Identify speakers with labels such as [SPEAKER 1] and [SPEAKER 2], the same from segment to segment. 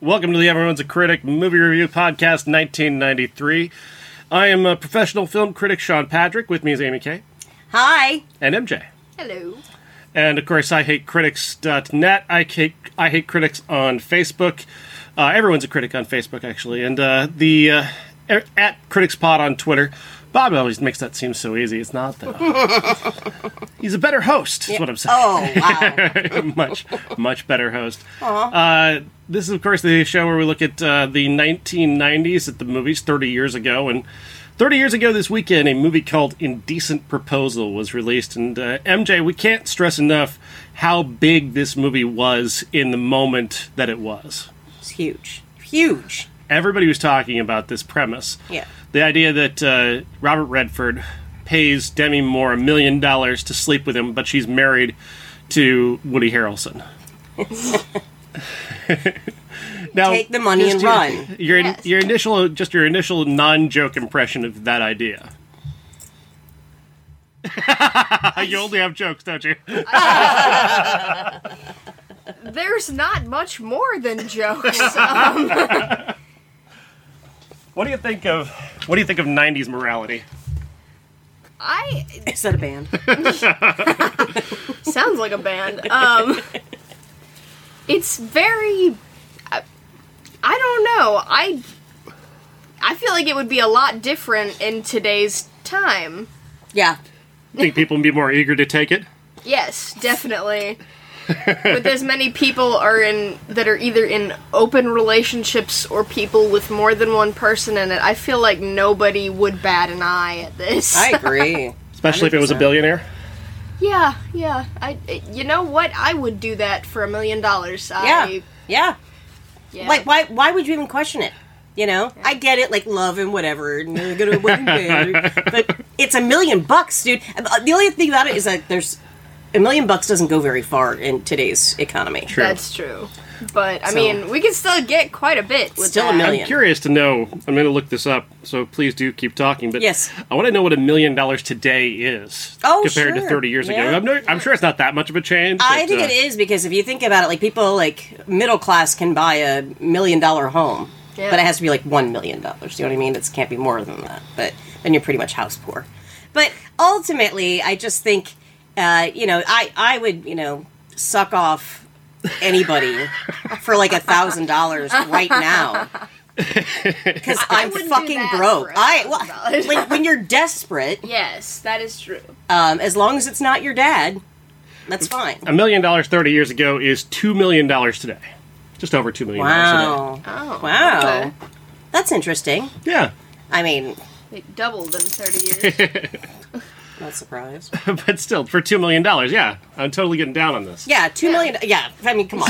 [SPEAKER 1] Welcome to the Everyone's a Critic Movie Review Podcast 1993. I am a professional film critic, Sean Patrick. With me is Amy Kay
[SPEAKER 2] Hi.
[SPEAKER 1] and MJ.
[SPEAKER 2] Hello.
[SPEAKER 1] And of course, I hate critics.net. I hate, I hate critics on Facebook. Uh, everyone's a critic on Facebook, actually. And uh, the uh, er- at Critics Pod on Twitter. Bob always makes that seem so easy. It's not, though. He's a better host, is what I'm saying.
[SPEAKER 2] Oh, wow.
[SPEAKER 1] much much better host. Uh, this is of course the show where we look at uh, the 1990s at the movies 30 years ago and 30 years ago this weekend a movie called Indecent Proposal was released and uh, MJ we can't stress enough how big this movie was in the moment that it was.
[SPEAKER 2] it's huge. Huge.
[SPEAKER 1] Everybody was talking about this premise.
[SPEAKER 2] Yeah.
[SPEAKER 1] The idea that uh, Robert Redford pays Demi Moore a million dollars to sleep with him, but she's married to Woody Harrelson. now,
[SPEAKER 2] Take the money
[SPEAKER 1] just
[SPEAKER 2] and
[SPEAKER 1] your-
[SPEAKER 2] run.
[SPEAKER 1] Your
[SPEAKER 3] Yes.
[SPEAKER 1] your initial just your initial non joke impression of that idea. you only have jokes, don't you?
[SPEAKER 3] There's not much more than jokes. Um,
[SPEAKER 1] What do you think of what do you think of '90s morality?
[SPEAKER 3] I
[SPEAKER 2] Is that a band?
[SPEAKER 3] sounds like a band. Um, it's very. I, I don't know. I I feel like it would be a lot different in today's time.
[SPEAKER 2] yeah.
[SPEAKER 1] Think people would be more eager to take it?
[SPEAKER 3] Yes, definitely. but as many people are in that are either in open relationships or people with more than one person in it, I feel like nobody would bat an eye at this.
[SPEAKER 2] I agree.
[SPEAKER 1] Especially if it was a
[SPEAKER 2] 100%.
[SPEAKER 1] billionaire.
[SPEAKER 3] Yeah, yeah. I, I- you know what? I would do that for a million dollars.
[SPEAKER 2] Yeah.
[SPEAKER 3] I-
[SPEAKER 2] Yeah.
[SPEAKER 3] yeah.
[SPEAKER 2] Like, why Why would you even question it? You know? I get it, like, love and whatever, and they're gonna win, but it's a million bucks, dude. And, uh, The only thing about it is that there's a million bucks doesn't go very far in today's economy.
[SPEAKER 1] True.
[SPEAKER 3] that's true. But I mean, we can still get quite a bit. With
[SPEAKER 2] Still a
[SPEAKER 3] that.
[SPEAKER 2] million.
[SPEAKER 1] I'm curious to know. I'm going to look this up, so please do keep talking. But
[SPEAKER 2] Yes.
[SPEAKER 1] I want to know what a million dollars today is
[SPEAKER 2] Oh,
[SPEAKER 1] compared to
[SPEAKER 2] sure.
[SPEAKER 1] 30 years ago.
[SPEAKER 2] Yeah.
[SPEAKER 1] I'm, no, I'm sure it's not that much of a change.
[SPEAKER 2] I
[SPEAKER 1] but,
[SPEAKER 2] think
[SPEAKER 1] uh,
[SPEAKER 2] it is because if you think about it, like people like middle class can buy a million dollar home,
[SPEAKER 3] Yeah.
[SPEAKER 2] but it has to be like one million dollars. You know what I mean? It can't be more than that. But then you're pretty much house poor. But ultimately, I just think, uh, you know, I I would you know suck off anybody for like a thousand dollars right now. Because I'm
[SPEAKER 3] wouldn't do
[SPEAKER 2] fucking
[SPEAKER 3] that
[SPEAKER 2] broke.
[SPEAKER 3] for
[SPEAKER 2] I
[SPEAKER 3] $1,000.
[SPEAKER 2] well, when, when you're desperate,
[SPEAKER 3] Yes, that is true.
[SPEAKER 2] um, as long as it's not your dad, that's fine.
[SPEAKER 1] A million dollars 30 years ago is $2 million today. Just over $2 million today.
[SPEAKER 2] Wow.
[SPEAKER 3] Oh,
[SPEAKER 2] Wow.
[SPEAKER 3] okay.
[SPEAKER 2] That's interesting.
[SPEAKER 1] Yeah.
[SPEAKER 2] I mean,
[SPEAKER 3] It doubled in thirty years.
[SPEAKER 2] not surprised.
[SPEAKER 1] But still, for $2 million, yeah. I'm totally getting down on this.
[SPEAKER 2] Yeah, two million. Yeah, I mean, come on.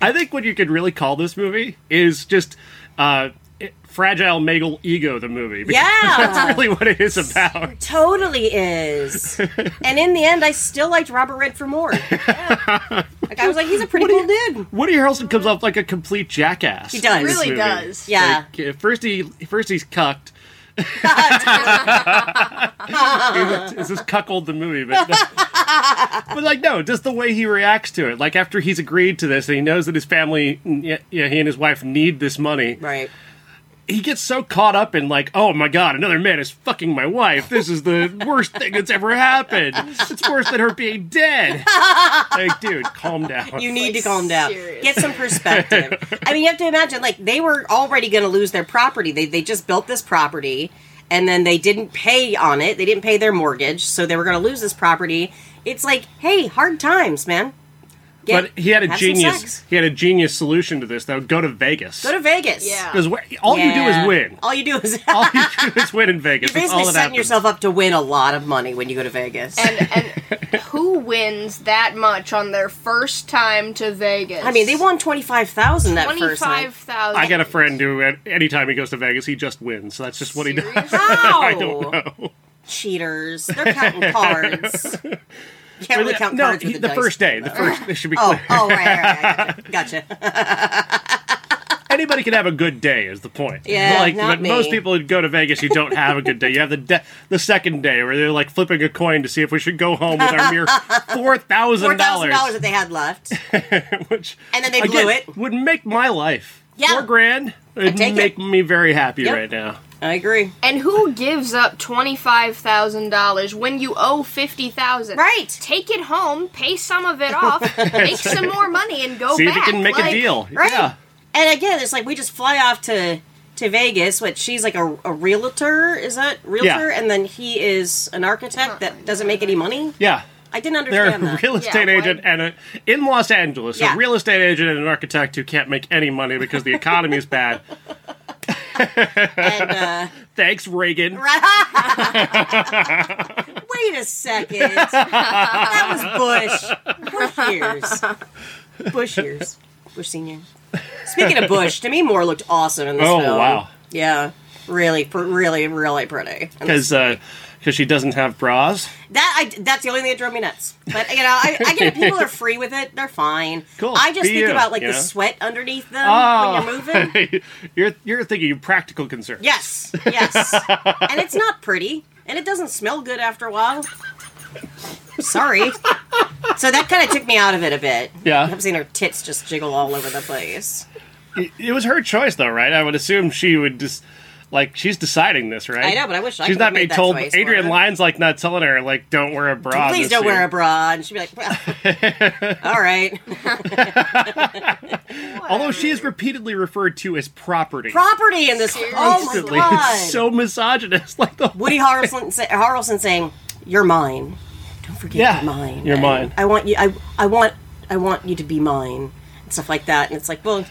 [SPEAKER 1] I think what you could really call this movie is just uh, it- Fragile Megal Ego, the movie. because
[SPEAKER 2] Yeah,
[SPEAKER 1] That's really what it is about.
[SPEAKER 2] totally is. And in the end, I still liked Robert Redford more. Like I was like, he's a pretty cool dude.
[SPEAKER 1] Woody Harrelson comes off like a complete jackass.
[SPEAKER 2] He does.
[SPEAKER 1] in this
[SPEAKER 3] Really
[SPEAKER 1] movie.
[SPEAKER 3] does.
[SPEAKER 2] Yeah.
[SPEAKER 1] Like, uh, first he first he's cucked. This is cuckold the movie, but but like no, just the way he reacts to it. Like after he's agreed to this and he knows that his family, yeah, yeah he and his wife need this money.
[SPEAKER 2] right.
[SPEAKER 1] He gets so caught up in like, oh my god, another man is fucking my wife. This is the worst thing that's ever happened. It's worse than her being dead. Like, dude, calm down.
[SPEAKER 2] You need
[SPEAKER 3] Like,
[SPEAKER 2] to calm down.
[SPEAKER 3] seriously.
[SPEAKER 2] Get some perspective. I mean, you have to imagine like they were already going to lose their property. They they just built this property and then they didn't pay on it. They didn't pay their mortgage, so they were going to lose this property. It's like, hey, hard times, man. Get-
[SPEAKER 1] but he had a
[SPEAKER 2] have some
[SPEAKER 1] genius.
[SPEAKER 2] sex.
[SPEAKER 1] He had a genius solution to this. Though, go to Vegas.
[SPEAKER 2] Go to Vegas.
[SPEAKER 3] Yeah.
[SPEAKER 1] Because all you do
[SPEAKER 2] Yeah.
[SPEAKER 1] is win.
[SPEAKER 2] All you do is
[SPEAKER 1] All you do is win in Vegas. That's
[SPEAKER 2] basically
[SPEAKER 1] all that
[SPEAKER 2] setting
[SPEAKER 1] happens.
[SPEAKER 2] yourself up to win a lot of money when you go to Vegas.
[SPEAKER 3] and and who wins that much on their first time to Vegas?
[SPEAKER 2] I mean, they won twenty five thousand that first
[SPEAKER 3] twenty-five
[SPEAKER 2] night.
[SPEAKER 3] thousand.
[SPEAKER 1] I got a friend who, at- anytime he goes to Vegas, he just wins. So that's just what he does.
[SPEAKER 2] How?
[SPEAKER 1] don't
[SPEAKER 2] Cheaters! They're counting cards. You can't really count
[SPEAKER 1] no,
[SPEAKER 2] cards
[SPEAKER 1] he- the,
[SPEAKER 2] with the, dice.
[SPEAKER 1] first day. The first. This should be
[SPEAKER 2] Oh,
[SPEAKER 1] clear.
[SPEAKER 2] oh, right, right, right, right. gotcha.
[SPEAKER 1] anybody can have a good day is the point.
[SPEAKER 2] Yeah,
[SPEAKER 1] like
[SPEAKER 2] not
[SPEAKER 1] but most
[SPEAKER 2] me.
[SPEAKER 1] people who go to Vegas, you don't have a good day. You have the de- the second day where they're like flipping a coin to see if we should go home with our mere four
[SPEAKER 2] Four
[SPEAKER 1] thousand
[SPEAKER 2] thousand
[SPEAKER 1] dollars,
[SPEAKER 2] dollars that they had left,
[SPEAKER 1] which
[SPEAKER 2] and then they blew
[SPEAKER 1] again,
[SPEAKER 2] it.
[SPEAKER 1] would make my life
[SPEAKER 2] Yeah.
[SPEAKER 1] four grand. It'd
[SPEAKER 2] take it.
[SPEAKER 1] make me very happy
[SPEAKER 2] Yep.
[SPEAKER 1] right now.
[SPEAKER 2] I agree.
[SPEAKER 3] And who gives up twenty five thousand dollars when you owe fifty thousand?
[SPEAKER 2] Right.
[SPEAKER 3] Take it home, pay some of it off, make some more money, and go
[SPEAKER 1] See
[SPEAKER 3] back.
[SPEAKER 1] if you can make
[SPEAKER 3] Like,
[SPEAKER 1] a deal.
[SPEAKER 2] right.
[SPEAKER 1] Yeah.
[SPEAKER 2] And again, it's like we just fly off to to Vegas. What she's like a, a realtor, is that realtor? And then he is an architect that doesn't make any money.
[SPEAKER 1] Yeah.
[SPEAKER 2] I didn't
[SPEAKER 1] They're
[SPEAKER 2] understand
[SPEAKER 1] a
[SPEAKER 2] that.
[SPEAKER 1] real estate
[SPEAKER 3] why-
[SPEAKER 1] agent and a, in Los Angeles,
[SPEAKER 2] Yeah.
[SPEAKER 1] a real estate agent and an architect who can't make any money because the economy is bad.
[SPEAKER 2] and, uh,
[SPEAKER 1] Thanks, Reagan.
[SPEAKER 2] Wait a second. that was Bush. Bush years. Bush years. Bush senior. Speaking of Bush, Demi Moore looked awesome in this
[SPEAKER 1] Oh,
[SPEAKER 2] film.
[SPEAKER 1] wow.
[SPEAKER 2] Yeah. Really, pr- really, really pretty. And
[SPEAKER 1] because because uh, she doesn't have bras.
[SPEAKER 2] that I, that's the only thing that drove me nuts. But you know, I, I get it. People are free with it; they're fine.
[SPEAKER 1] Cool.
[SPEAKER 2] I just
[SPEAKER 1] Be
[SPEAKER 2] think
[SPEAKER 1] you,
[SPEAKER 2] about like
[SPEAKER 1] you
[SPEAKER 2] the
[SPEAKER 1] know? Oh.
[SPEAKER 2] sweat underneath them when you're moving.
[SPEAKER 1] you're you're thinking of practical concerns.
[SPEAKER 2] Yes, yes. and it's not pretty, and it doesn't smell good after a while. Sorry. So that kind of took me out of it a bit.
[SPEAKER 1] Yeah.
[SPEAKER 2] I'm seeing her tits just jiggle all over the place.
[SPEAKER 1] It, it was her choice though, right? I would assume she would just like she's deciding this, right?
[SPEAKER 2] I know, but I wish I
[SPEAKER 1] she's not
[SPEAKER 2] could've made
[SPEAKER 1] being
[SPEAKER 2] that
[SPEAKER 1] told.
[SPEAKER 2] choice,
[SPEAKER 1] Adrian
[SPEAKER 2] Laura.
[SPEAKER 1] Lyne's like not telling her like don't wear a bra.
[SPEAKER 2] Please
[SPEAKER 1] this
[SPEAKER 2] don't wear
[SPEAKER 1] year.
[SPEAKER 2] a bra. And she'd be like, well, all right.
[SPEAKER 1] Although she is repeatedly referred to as property.
[SPEAKER 2] Property in this. Oh my
[SPEAKER 1] Constantly.
[SPEAKER 2] God.
[SPEAKER 1] It's so misogynist. Like the
[SPEAKER 2] Woody Harrelson, sa- Harrelson saying, "You're mine. Don't forget
[SPEAKER 1] Yeah,
[SPEAKER 2] you're mine.
[SPEAKER 1] you're
[SPEAKER 2] I-
[SPEAKER 1] mine."
[SPEAKER 2] I want you. I I want I want you to be mine and stuff like that." And it's like, well,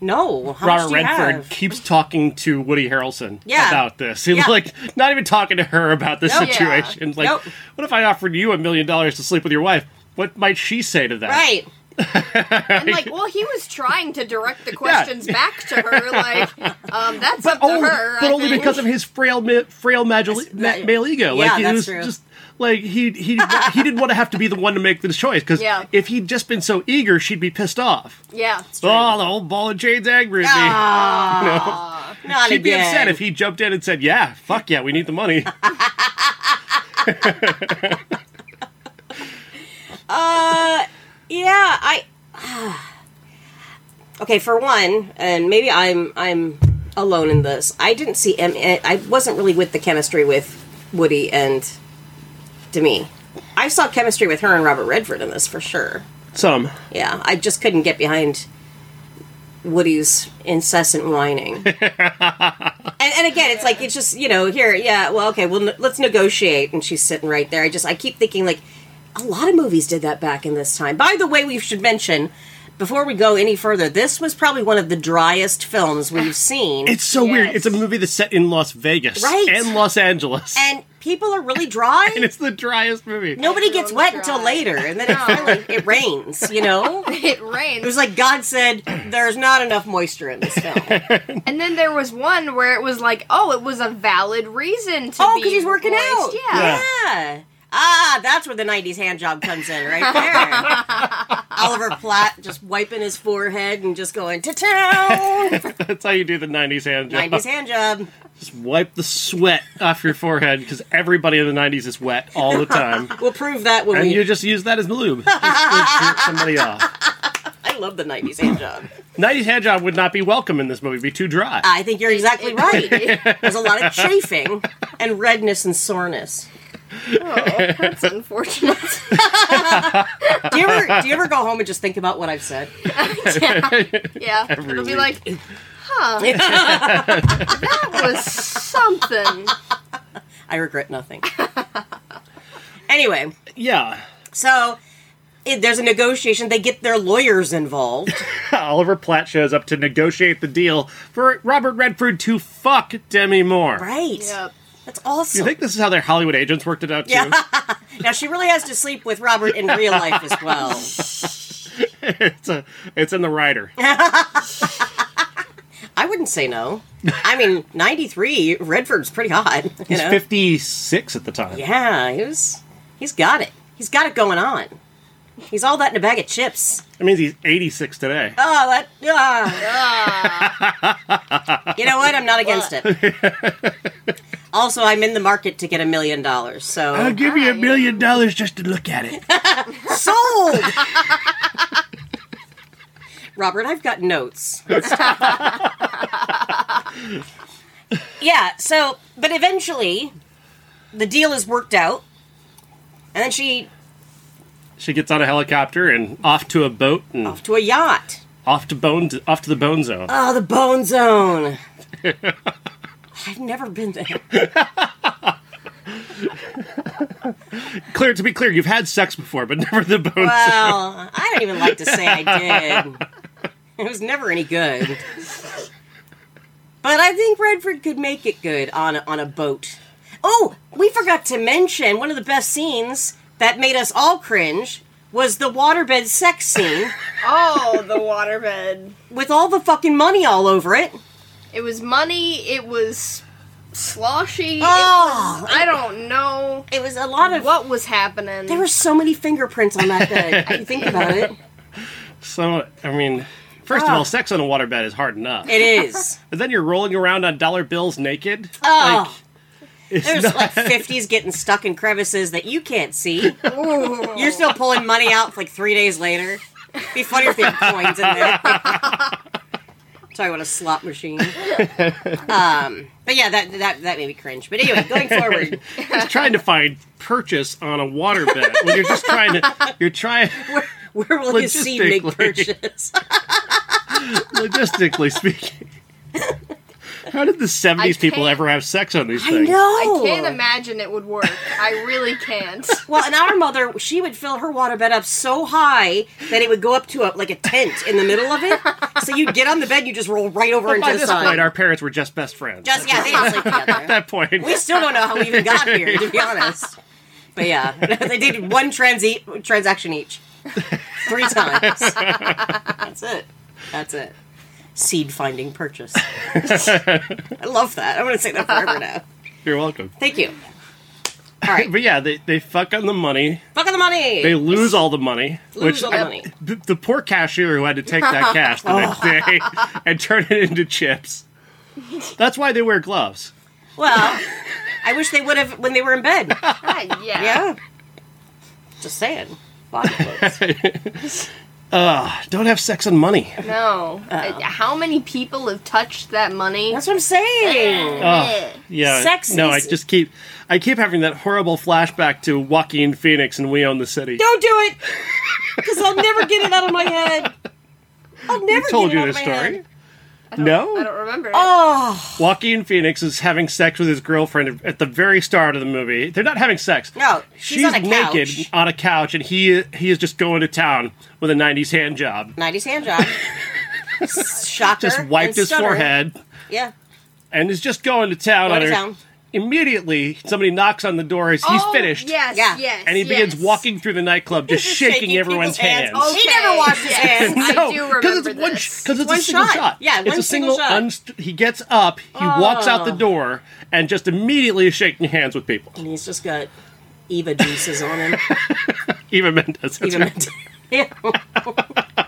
[SPEAKER 2] no. How much
[SPEAKER 1] Robert
[SPEAKER 2] do you
[SPEAKER 1] Redford
[SPEAKER 2] have?
[SPEAKER 1] keeps talking to Woody Harrelson
[SPEAKER 2] Yeah.
[SPEAKER 1] about this. He's
[SPEAKER 2] Yeah.
[SPEAKER 1] like not even talking to her about this
[SPEAKER 2] Nope.
[SPEAKER 1] situation. Like,
[SPEAKER 2] Nope.
[SPEAKER 1] what if I offered you a million dollars to sleep with your wife? What might she say to that?
[SPEAKER 2] Right.
[SPEAKER 3] And like, well, he was trying to direct the questions back to her. Like, um, that's up to
[SPEAKER 1] Only-
[SPEAKER 3] her.
[SPEAKER 1] but
[SPEAKER 3] I
[SPEAKER 1] only
[SPEAKER 3] think.
[SPEAKER 1] because of his frail, ma- frail magi- ma-
[SPEAKER 2] that-
[SPEAKER 1] male ego.
[SPEAKER 2] yeah,
[SPEAKER 1] Like he
[SPEAKER 2] that's
[SPEAKER 1] was
[SPEAKER 2] true.
[SPEAKER 1] just like he he didn't- he didn't want to have to be the one to make this choice because
[SPEAKER 3] Yeah.
[SPEAKER 1] if he'd just been so eager, she'd be pissed off.
[SPEAKER 3] yeah.
[SPEAKER 1] Oh, the whole ball and chain's angry at me.
[SPEAKER 2] Not
[SPEAKER 1] She'd be
[SPEAKER 2] again.
[SPEAKER 1] upset if he jumped in and said, "Yeah, fuck yeah, we need the money."
[SPEAKER 2] Yeah, I. okay, for one, and maybe I'm I'm alone in this. I didn't see. em- eh, I wasn't really with the chemistry with Woody and Demi. I saw chemistry with her and Robert Redford in this for sure.
[SPEAKER 1] Some.
[SPEAKER 2] Yeah, I just couldn't get behind Woody's incessant whining. and, and again, it's like it's just you know here, yeah, well, okay, well, n- let's negotiate. And she's sitting right there. I just I keep thinking like a lot of movies did that back in this time. By the way, we should mention. Before we go any further, this was probably one of the driest films we've seen.
[SPEAKER 1] It's so weird.
[SPEAKER 3] Yes.
[SPEAKER 1] It's a movie that's set in Las Vegas
[SPEAKER 2] Right.
[SPEAKER 1] and Los Angeles.
[SPEAKER 2] and people are really dry.
[SPEAKER 1] And it's the driest movie.
[SPEAKER 2] Nobody gets wet until
[SPEAKER 3] dry.
[SPEAKER 2] later, and then it finally it rains, you know?
[SPEAKER 3] It rained.
[SPEAKER 2] It was like God said, there's not enough moisture in this film.
[SPEAKER 3] and then there was one where it was like, oh, it was a valid reason to
[SPEAKER 2] Oh,
[SPEAKER 3] be
[SPEAKER 2] because he's working
[SPEAKER 3] voiced.
[SPEAKER 2] out.
[SPEAKER 3] Yeah.
[SPEAKER 1] Yeah.
[SPEAKER 2] Yeah. Ah, that's where the '90s hand job comes in, right there. Oliver Platt just wiping his forehead and just going to town.
[SPEAKER 1] That's how you do the 90s hand job.
[SPEAKER 2] '90s hand job.
[SPEAKER 1] Just wipe the sweat off your forehead because everybody in the 90s is wet all the time.
[SPEAKER 2] We'll prove that when
[SPEAKER 1] And
[SPEAKER 2] we.
[SPEAKER 1] you just use that as lube. Just to jerk somebody off.
[SPEAKER 2] I love the '90s hand job.
[SPEAKER 1] 90s hand job would not be welcome in this movie. It'd be too dry.
[SPEAKER 2] I think you're exactly right.
[SPEAKER 3] Right.
[SPEAKER 2] There's a lot of chafing and redness and soreness.
[SPEAKER 3] oh, that's unfortunate.
[SPEAKER 2] Do you ever do you ever go home and just think about what I've said?
[SPEAKER 3] Yeah. It'll be
[SPEAKER 1] week.
[SPEAKER 3] like, huh. that was something.
[SPEAKER 2] I regret nothing. Anyway,
[SPEAKER 1] yeah.
[SPEAKER 2] so it, there's a negotiation. They get their lawyers involved.
[SPEAKER 1] Oliver Platt shows up to negotiate the deal for Robert Redford to fuck Demi Moore.
[SPEAKER 2] Right.
[SPEAKER 3] Yep.
[SPEAKER 2] That's
[SPEAKER 1] You
[SPEAKER 2] awesome.
[SPEAKER 1] think this is how their Hollywood agents worked it out too?
[SPEAKER 2] Yeah. now she really has to sleep with Robert in real life as well.
[SPEAKER 1] It's a, it's in the writer.
[SPEAKER 2] I wouldn't say no. I mean, '93 Redford's pretty hot. You
[SPEAKER 1] He's
[SPEAKER 2] know?
[SPEAKER 1] 56 at the time.
[SPEAKER 2] Yeah, he was. He's got it. He's got it going on. He's all that in a bag of chips.
[SPEAKER 1] That means he's 86 today.
[SPEAKER 2] Oh, that. ah. you know what? I'm not against it. Also, I'm in the market to get a million dollars, so
[SPEAKER 1] give you a million dollars just to look at it.
[SPEAKER 2] sold. Robert, I've got notes. yeah. So, but eventually, the deal is worked out, and then she
[SPEAKER 1] she gets on a helicopter and off to a boat and off,
[SPEAKER 2] to a yacht.
[SPEAKER 1] to bone off to the bone zone.
[SPEAKER 2] Oh, the Bone Zone. I've never been there.
[SPEAKER 1] clear to be clear, you've had sex before, but never the bone zone.
[SPEAKER 2] Well, I don't even like to say I did. It was never any good. But I think Redford could make it good on a, on a boat. Oh, we forgot to mention one of the best scenes that made us all cringe was the waterbed sex scene
[SPEAKER 3] Oh, the waterbed.
[SPEAKER 2] with all the fucking money all over it.
[SPEAKER 3] It was money. It was sloshy.
[SPEAKER 2] Oh,
[SPEAKER 3] it was, I don't know
[SPEAKER 2] It was a lot of.
[SPEAKER 3] what was happening.
[SPEAKER 2] There were so many fingerprints on that bed. I think about it.
[SPEAKER 1] So I mean, first of
[SPEAKER 2] Ah.
[SPEAKER 1] all, sex on a waterbed is hard enough,
[SPEAKER 2] It is.
[SPEAKER 1] but then you're rolling around on dollar bills naked.
[SPEAKER 2] Oh.
[SPEAKER 1] Like, it's
[SPEAKER 2] There's
[SPEAKER 1] not-
[SPEAKER 2] like 50s getting stuck in crevices that you can't see. You're still pulling money out like three days later. Be funny if they had coins in there. Talking about a slot machine. Um, but yeah, that, that that made me cringe. But anyway, going forward,
[SPEAKER 1] just trying to find purchase on a waterbed when you're just trying to you're trying
[SPEAKER 2] where will you see big
[SPEAKER 1] Logistically.
[SPEAKER 2] purchase?
[SPEAKER 1] logistically speaking. How did the 70s people
[SPEAKER 3] can't-
[SPEAKER 1] ever have sex on these
[SPEAKER 2] I
[SPEAKER 1] things?
[SPEAKER 2] know.
[SPEAKER 3] I can't imagine it would work. I really can't.
[SPEAKER 2] Well, and our mother, she would fill her waterbed up so high that it would go up to a, like a tent in the middle of it. So you'd get on the bed, you just roll right over into
[SPEAKER 1] By
[SPEAKER 2] the
[SPEAKER 1] this
[SPEAKER 2] sun.
[SPEAKER 1] point, our parents were just best friends.
[SPEAKER 2] just yeah, they didn't sleep together.
[SPEAKER 1] At that point,
[SPEAKER 2] We still don't know how we even got here, to be honest. But yeah, they did one transi- transaction each, three times. That's it. That's it. Seed finding purchase. I love that. I'm going to say that forever now.
[SPEAKER 1] you're welcome.
[SPEAKER 2] Thank you. All right,
[SPEAKER 1] But yeah, they, they fuck on the money.
[SPEAKER 2] fuck on the money.
[SPEAKER 1] They lose all the money.
[SPEAKER 2] Lose
[SPEAKER 1] which
[SPEAKER 2] all the
[SPEAKER 1] I-
[SPEAKER 2] money.
[SPEAKER 1] the, the poor cashier who had to take that cash the next day and turn it into chips. That's why they wear gloves.
[SPEAKER 2] well, I wish they would have when they were in bed.
[SPEAKER 3] Ah, yeah.
[SPEAKER 2] Yeah. Just saying. Body clothes.
[SPEAKER 1] Don't have sex on money.
[SPEAKER 3] No. Uh, how many people have touched that money?
[SPEAKER 2] That's what I'm saying.
[SPEAKER 3] Eh.
[SPEAKER 1] Yeah.
[SPEAKER 2] Sex
[SPEAKER 1] No,
[SPEAKER 2] is-
[SPEAKER 1] I just keep I keep having that horrible flashback to Joaquin Phoenix and We Own the City.
[SPEAKER 2] Don't do it, because I'll never get it out of my head. I'll never
[SPEAKER 1] told
[SPEAKER 2] get it
[SPEAKER 1] you
[SPEAKER 2] out
[SPEAKER 1] this
[SPEAKER 2] of my
[SPEAKER 1] story.
[SPEAKER 2] head.
[SPEAKER 3] I
[SPEAKER 1] No?
[SPEAKER 3] don't remember.
[SPEAKER 2] Oh
[SPEAKER 1] Joaquin Phoenix is having sex with his girlfriend at the very start of the movie. They're not having sex.
[SPEAKER 2] no, she's, on a
[SPEAKER 1] naked
[SPEAKER 2] couch.
[SPEAKER 1] on a couch and he he is just going to town with a 90s hand job.
[SPEAKER 2] Nineties hand job. Shocker.
[SPEAKER 1] Just wiped
[SPEAKER 2] and
[SPEAKER 1] his
[SPEAKER 2] stutter.
[SPEAKER 1] forehead.
[SPEAKER 2] Yeah.
[SPEAKER 1] and is just going to town
[SPEAKER 2] Going
[SPEAKER 1] on her.
[SPEAKER 2] to town.
[SPEAKER 1] Immediately, somebody knocks on the door. He's, he's
[SPEAKER 3] Oh,
[SPEAKER 1] finished,
[SPEAKER 3] Yes,
[SPEAKER 2] Yeah.
[SPEAKER 3] yes.
[SPEAKER 1] and he begins
[SPEAKER 3] yes.
[SPEAKER 1] walking through the nightclub, just, shaking, everyone's
[SPEAKER 2] people's
[SPEAKER 1] hands.
[SPEAKER 2] Oh, He never washed his hands.
[SPEAKER 3] I
[SPEAKER 1] No,
[SPEAKER 3] do
[SPEAKER 1] because
[SPEAKER 3] remember
[SPEAKER 1] it's one
[SPEAKER 3] this.
[SPEAKER 1] because it's
[SPEAKER 2] One
[SPEAKER 1] a single
[SPEAKER 2] shot.
[SPEAKER 1] shot.
[SPEAKER 2] Yeah,
[SPEAKER 1] it's
[SPEAKER 2] one
[SPEAKER 1] a
[SPEAKER 2] single
[SPEAKER 1] single.
[SPEAKER 2] shot. Oh.
[SPEAKER 1] unst- he gets up, he walks out the door, and just immediately is shaking hands with people.
[SPEAKER 2] And he's just got Eva juices on him.
[SPEAKER 1] Even Mendez. That's
[SPEAKER 2] Eva
[SPEAKER 1] right.
[SPEAKER 2] Mendes. Yeah.
[SPEAKER 3] now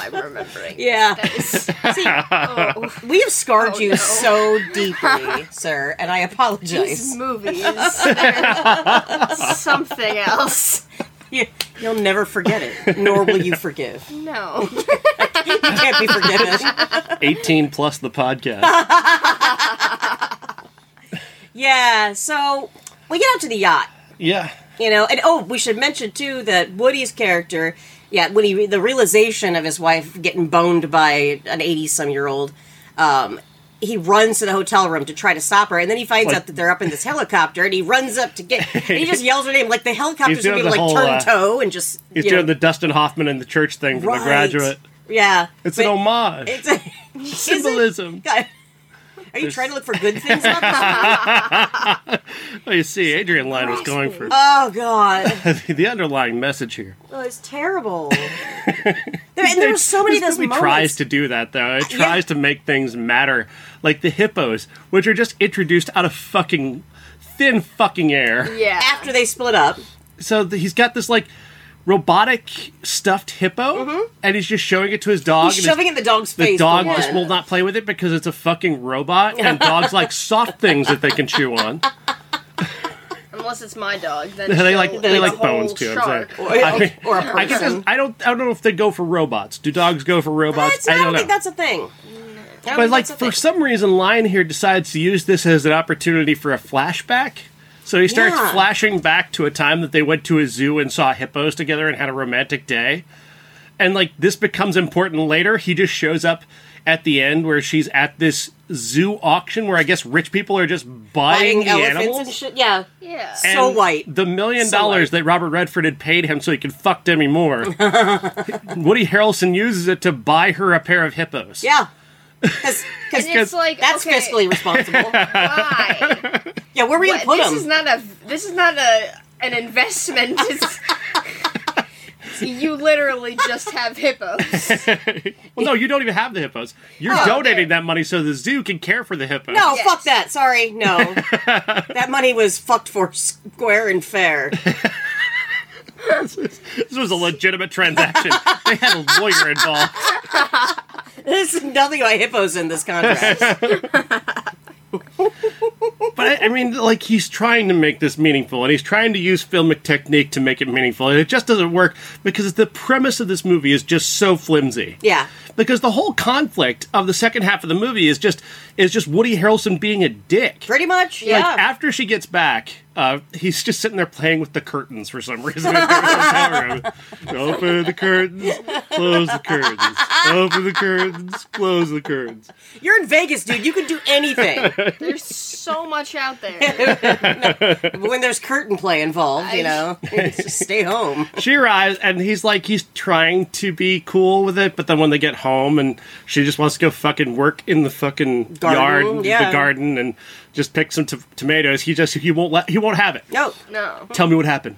[SPEAKER 3] I'm remembering.
[SPEAKER 2] yeah.
[SPEAKER 3] Oh,
[SPEAKER 2] We have scarred
[SPEAKER 3] Oh,
[SPEAKER 2] you
[SPEAKER 3] no.
[SPEAKER 2] so deeply, sir, and I
[SPEAKER 3] these
[SPEAKER 2] apologize.
[SPEAKER 3] movies. they're something else.
[SPEAKER 2] You, will never forget it, nor will you forgive. You
[SPEAKER 3] No.
[SPEAKER 2] can't be forgiven.
[SPEAKER 1] Eighteen plus the podcast.
[SPEAKER 2] Yeah, so we get out to the yacht.
[SPEAKER 1] yeah.
[SPEAKER 2] You know, and oh, we should mention too that Woody's character, yeah, when he the realization of his wife getting boned by an eighty-some-year-old, um, he runs to the hotel room to try to stop her, and then he finds
[SPEAKER 1] Like-
[SPEAKER 2] out that they're up in this helicopter, and he runs up to get, and he just yells her name like the helicopter's
[SPEAKER 1] He's
[SPEAKER 2] gonna
[SPEAKER 1] doing
[SPEAKER 2] be
[SPEAKER 1] the
[SPEAKER 2] like
[SPEAKER 1] whole,
[SPEAKER 2] turn
[SPEAKER 1] uh,
[SPEAKER 2] toe and just
[SPEAKER 1] He's
[SPEAKER 2] you
[SPEAKER 1] doing
[SPEAKER 2] know,
[SPEAKER 1] the Dustin Hoffman and the church thing from
[SPEAKER 2] right.
[SPEAKER 1] The Graduate.
[SPEAKER 2] Yeah,
[SPEAKER 1] It's
[SPEAKER 2] but
[SPEAKER 1] an homage.
[SPEAKER 2] It's a,
[SPEAKER 1] Symbolism.
[SPEAKER 2] God, are you trying to look for good things? About that?
[SPEAKER 1] Oh, you see, Adrian Line was going for
[SPEAKER 2] oh God,
[SPEAKER 1] the underlying message here.
[SPEAKER 2] oh, it's terrible. There, and there were so many of
[SPEAKER 1] This
[SPEAKER 2] those
[SPEAKER 1] movie
[SPEAKER 2] moments.
[SPEAKER 1] tries to do that though. It tries to make things matter, like the hippos, which are just introduced out of fucking thin fucking air.
[SPEAKER 3] Yeah.
[SPEAKER 2] after they split up.
[SPEAKER 1] So th- he's got this like robotic stuffed hippo, and he's just showing it to his dog.
[SPEAKER 2] Mm-hmm. He's
[SPEAKER 1] and his-
[SPEAKER 2] shoving it in the dog's
[SPEAKER 1] the
[SPEAKER 2] face. for
[SPEAKER 1] dog
[SPEAKER 2] one.
[SPEAKER 1] just will not play with it because it's a fucking robot, and dogs like soft things that they can chew on.
[SPEAKER 3] Unless it's my dog, then
[SPEAKER 1] They
[SPEAKER 3] she'll
[SPEAKER 1] like they
[SPEAKER 3] eat a
[SPEAKER 1] like bones
[SPEAKER 3] whole
[SPEAKER 1] too. I'm sorry.
[SPEAKER 3] shark.
[SPEAKER 2] Or, or, or a person.
[SPEAKER 1] I guess this- I don't I don't know if they go for robots. Do dogs go for robots?
[SPEAKER 2] That's- I don't,
[SPEAKER 1] don't know.
[SPEAKER 2] think that's a thing. I
[SPEAKER 1] but
[SPEAKER 2] don't think
[SPEAKER 1] like
[SPEAKER 2] that's a
[SPEAKER 1] for
[SPEAKER 2] thing.
[SPEAKER 1] some reason, Lion here decides to use this as an opportunity for a flashback. So he starts
[SPEAKER 2] Yeah.
[SPEAKER 1] flashing back to a time that they went to a zoo and saw hippos together and had a romantic day. And like this becomes important later. He just shows up at the end where she's at this zoo auction where I guess rich people are just buying,
[SPEAKER 2] Buying
[SPEAKER 1] the
[SPEAKER 2] elephants
[SPEAKER 1] animals.
[SPEAKER 2] and shit. Yeah.
[SPEAKER 3] Yeah.
[SPEAKER 2] So
[SPEAKER 1] And
[SPEAKER 2] white.
[SPEAKER 1] The million
[SPEAKER 2] So
[SPEAKER 1] dollars
[SPEAKER 2] white.
[SPEAKER 1] that Robert Redford had paid him so he could fuck Demi Moore. Woody Harrelson uses it to buy her a pair of hippos.
[SPEAKER 2] Yeah. Because
[SPEAKER 3] And it's like
[SPEAKER 2] that's
[SPEAKER 3] okay,
[SPEAKER 2] fiscally responsible.
[SPEAKER 3] Why?
[SPEAKER 2] yeah, where were you going to put
[SPEAKER 3] this
[SPEAKER 2] them?
[SPEAKER 3] is not a. This is not a an investment. It's, you literally just have hippos.
[SPEAKER 1] Well, no, you don't even have the hippos. You're
[SPEAKER 3] Oh,
[SPEAKER 1] donating
[SPEAKER 3] there.
[SPEAKER 1] that money so the zoo can care for the hippos.
[SPEAKER 2] no,
[SPEAKER 3] Yes.
[SPEAKER 2] fuck that. Sorry, no. that money was fucked for square and fair.
[SPEAKER 1] This was a legitimate transaction. they had a lawyer involved.
[SPEAKER 2] There's nothing about hippos in this contract.
[SPEAKER 1] But I, I mean, like, he's trying to make this meaningful, and he's trying to use filmic technique to make it meaningful, and it just doesn't work because the premise of this movie is just so flimsy.
[SPEAKER 2] yeah.
[SPEAKER 1] Because the whole conflict of the second half of the movie is just is just Woody Harrelson being a dick.
[SPEAKER 2] Pretty much, yeah.
[SPEAKER 1] Like after she gets back, uh, he's just sitting there playing with the curtains for some reason. in their hotel room. Open the curtains, close the curtains. Open the curtains, close the curtains.
[SPEAKER 2] You're in Vegas, dude. You can do anything.
[SPEAKER 3] There's so much out there.
[SPEAKER 2] when there's curtain play involved, you
[SPEAKER 3] I-
[SPEAKER 2] know, just stay home.
[SPEAKER 1] She arrives, and he's like, he's trying to be cool with it, but then when they get home, and she just wants to go fucking work in the fucking
[SPEAKER 2] Garden,
[SPEAKER 1] yard,
[SPEAKER 2] yeah.
[SPEAKER 1] the garden, and just pick some t- tomatoes. He just he won't let he won't have it.
[SPEAKER 2] No,
[SPEAKER 3] No.
[SPEAKER 1] Tell me what happened.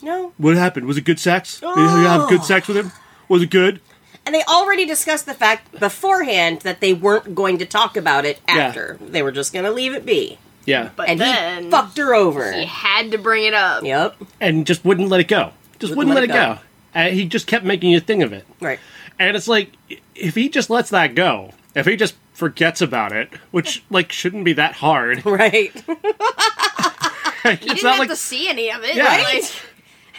[SPEAKER 2] no.
[SPEAKER 1] What happened? Was it good sex? Did you have
[SPEAKER 2] Oh.
[SPEAKER 1] good sex with him? Was it good?
[SPEAKER 2] And they already discussed the fact beforehand that they weren't going to talk about it after. They were just going to leave it be.
[SPEAKER 1] Yeah.
[SPEAKER 3] But
[SPEAKER 2] And
[SPEAKER 3] then
[SPEAKER 2] he fucked her over.
[SPEAKER 3] he had to bring it up.
[SPEAKER 2] Yep.
[SPEAKER 1] and just wouldn't let it go. Just wouldn't, let, it go. And he just kept making a thing of it.
[SPEAKER 2] Right.
[SPEAKER 1] And it's like, if he just lets that go, if he just forgets about it, which like shouldn't be that hard.
[SPEAKER 2] Right.
[SPEAKER 3] He
[SPEAKER 1] it's
[SPEAKER 3] didn't
[SPEAKER 1] not
[SPEAKER 3] have
[SPEAKER 1] like
[SPEAKER 3] to see any of it.
[SPEAKER 1] Yeah.
[SPEAKER 3] Like,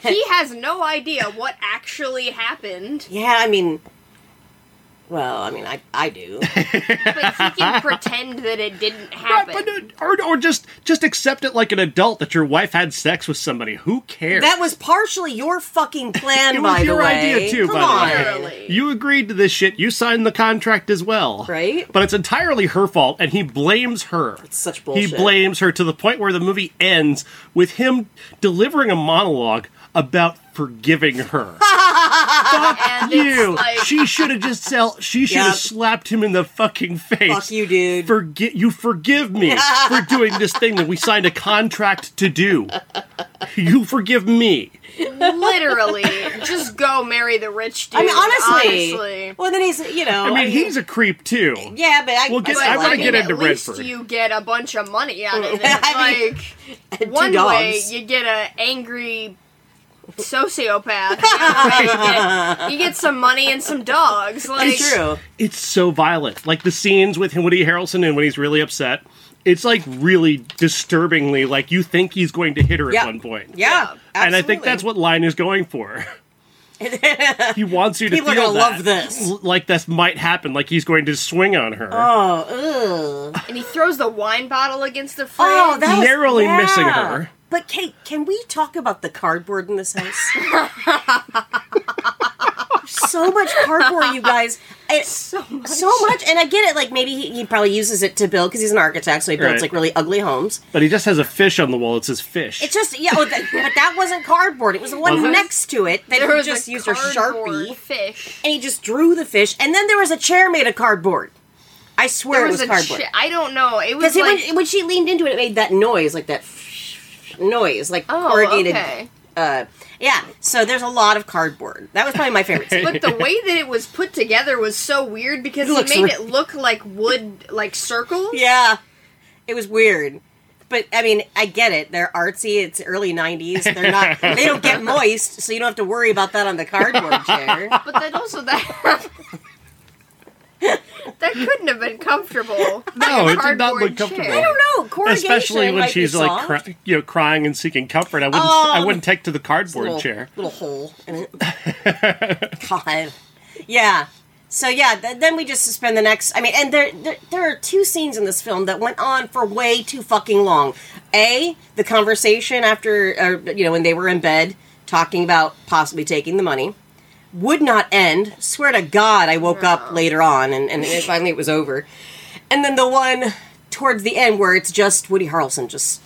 [SPEAKER 2] Right?
[SPEAKER 3] he has no idea what actually happened,
[SPEAKER 2] yeah, I mean, well, I mean, I, I do.
[SPEAKER 3] but he can pretend that it didn't
[SPEAKER 1] Right,
[SPEAKER 3] happen.
[SPEAKER 1] but, uh, or, or just just accept it like an adult that your wife had sex with somebody. Who cares?
[SPEAKER 2] That was partially your fucking plan,
[SPEAKER 1] It was
[SPEAKER 2] by the
[SPEAKER 1] your
[SPEAKER 2] way.
[SPEAKER 1] idea, too,
[SPEAKER 2] Come
[SPEAKER 1] by
[SPEAKER 2] on.
[SPEAKER 1] the
[SPEAKER 3] Literally.
[SPEAKER 1] you agreed to this shit. You signed the contract as well.
[SPEAKER 2] Right.
[SPEAKER 1] But it's entirely her fault, and he blames her.
[SPEAKER 2] such bullshit.
[SPEAKER 1] He blames her to the point where the movie ends with him delivering a monologue about forgiving her.
[SPEAKER 3] and
[SPEAKER 1] you.
[SPEAKER 3] it's like,
[SPEAKER 1] she should have just sell. She should have
[SPEAKER 2] Yep.
[SPEAKER 1] slapped him in the fucking face.
[SPEAKER 2] Fuck you, dude.
[SPEAKER 1] Forget you. Forgive me for doing this thing that we signed a contract to do. You forgive me.
[SPEAKER 3] literally, just go marry the rich dude.
[SPEAKER 2] I mean, honestly.
[SPEAKER 3] honestly.
[SPEAKER 2] Well, then he's, you know.
[SPEAKER 1] I mean, he's a creep too.
[SPEAKER 2] Yeah, but I.
[SPEAKER 1] We'll get-
[SPEAKER 2] I,
[SPEAKER 1] I
[SPEAKER 2] still
[SPEAKER 1] wanna
[SPEAKER 2] like
[SPEAKER 1] get
[SPEAKER 2] it.
[SPEAKER 1] into
[SPEAKER 3] at least
[SPEAKER 1] Redford.
[SPEAKER 3] you get a bunch of money out of it.
[SPEAKER 2] I mean,
[SPEAKER 3] like
[SPEAKER 2] Two
[SPEAKER 3] one way,
[SPEAKER 2] dogs.
[SPEAKER 3] you get an angry sociopath. The other way, you, get, you get some money and some dogs. Like
[SPEAKER 2] It's true.
[SPEAKER 1] It's so violent. Like the scenes with Woody Harrelson and when he's really upset. It's like really disturbingly like you think he's going to hit her
[SPEAKER 2] Yeah.
[SPEAKER 1] at one point.
[SPEAKER 2] Yeah,
[SPEAKER 1] And I think
[SPEAKER 2] absolutely.
[SPEAKER 1] that's what Line is going for. he wants you to
[SPEAKER 2] People are
[SPEAKER 1] feel
[SPEAKER 2] gonna
[SPEAKER 1] that,
[SPEAKER 2] love this.
[SPEAKER 1] l- Like this might happen. Like he's going to swing on her.
[SPEAKER 2] Oh, ugh.
[SPEAKER 3] And he throws the wine bottle against the fridge.
[SPEAKER 2] oh, that was-
[SPEAKER 1] narrowly
[SPEAKER 2] yeah.
[SPEAKER 1] missing her.
[SPEAKER 2] But Kate, can we talk about the cardboard in this house? so much cardboard, you guys. It- so much. and I get it. Like maybe he, he probably uses it to build because he's an architect, so he builds
[SPEAKER 1] Right.
[SPEAKER 2] like really ugly homes.
[SPEAKER 1] But he just has a fish on the wall. It says fish.
[SPEAKER 2] It's just yeah, oh, that, but that wasn't cardboard. It was the one
[SPEAKER 1] Was it?
[SPEAKER 2] next to it that
[SPEAKER 3] there
[SPEAKER 2] he
[SPEAKER 3] was
[SPEAKER 2] just
[SPEAKER 3] a
[SPEAKER 2] used her
[SPEAKER 3] cardboard
[SPEAKER 2] sharpie,
[SPEAKER 3] fish.
[SPEAKER 2] and he just drew the fish. And then there was a chair made of cardboard. I swear
[SPEAKER 3] There
[SPEAKER 2] it
[SPEAKER 3] was,
[SPEAKER 2] was
[SPEAKER 3] a
[SPEAKER 2] cardboard.
[SPEAKER 3] chi- I don't know. It was
[SPEAKER 2] Because
[SPEAKER 3] like
[SPEAKER 2] when, when she leaned into it, it made that noise, like that noise, like
[SPEAKER 3] oh,
[SPEAKER 2] corrugated.
[SPEAKER 3] okay.
[SPEAKER 2] Uh, yeah. So there's a lot of cardboard. That was probably my favorite. scene.
[SPEAKER 3] But the way that it was put together was so weird because
[SPEAKER 2] It
[SPEAKER 3] he
[SPEAKER 2] looks
[SPEAKER 3] made
[SPEAKER 2] re-
[SPEAKER 3] it look like wood, like circles.
[SPEAKER 2] yeah, it was weird. But I mean, I get it. They're artsy. It's early '90s. They're not. They don't get moist, so you don't have to worry about that on the cardboard chair.
[SPEAKER 3] But then also that that couldn't have been comfortable.
[SPEAKER 1] No, it did not
[SPEAKER 3] Cardboard
[SPEAKER 1] look
[SPEAKER 3] chair.
[SPEAKER 1] comfortable.
[SPEAKER 2] I don't know. Corrugation
[SPEAKER 1] Especially when
[SPEAKER 2] might be
[SPEAKER 1] she's like
[SPEAKER 2] soft.
[SPEAKER 1] cry, you know crying and seeking comfort. I wouldn't
[SPEAKER 2] Oh,
[SPEAKER 1] I wouldn't take to the cardboard
[SPEAKER 2] little,
[SPEAKER 1] chair.
[SPEAKER 2] little hole in it. God, yeah. So yeah, th- then we just spend the next. I mean, and there, there there are two scenes in this film that went on for way too fucking long. A the conversation after, or, you know, when they were in bed talking about possibly taking the money would not end. Swear to God, I woke up later on, and and it, finally it was over. And then the one towards the end where it's just Woody Harrelson just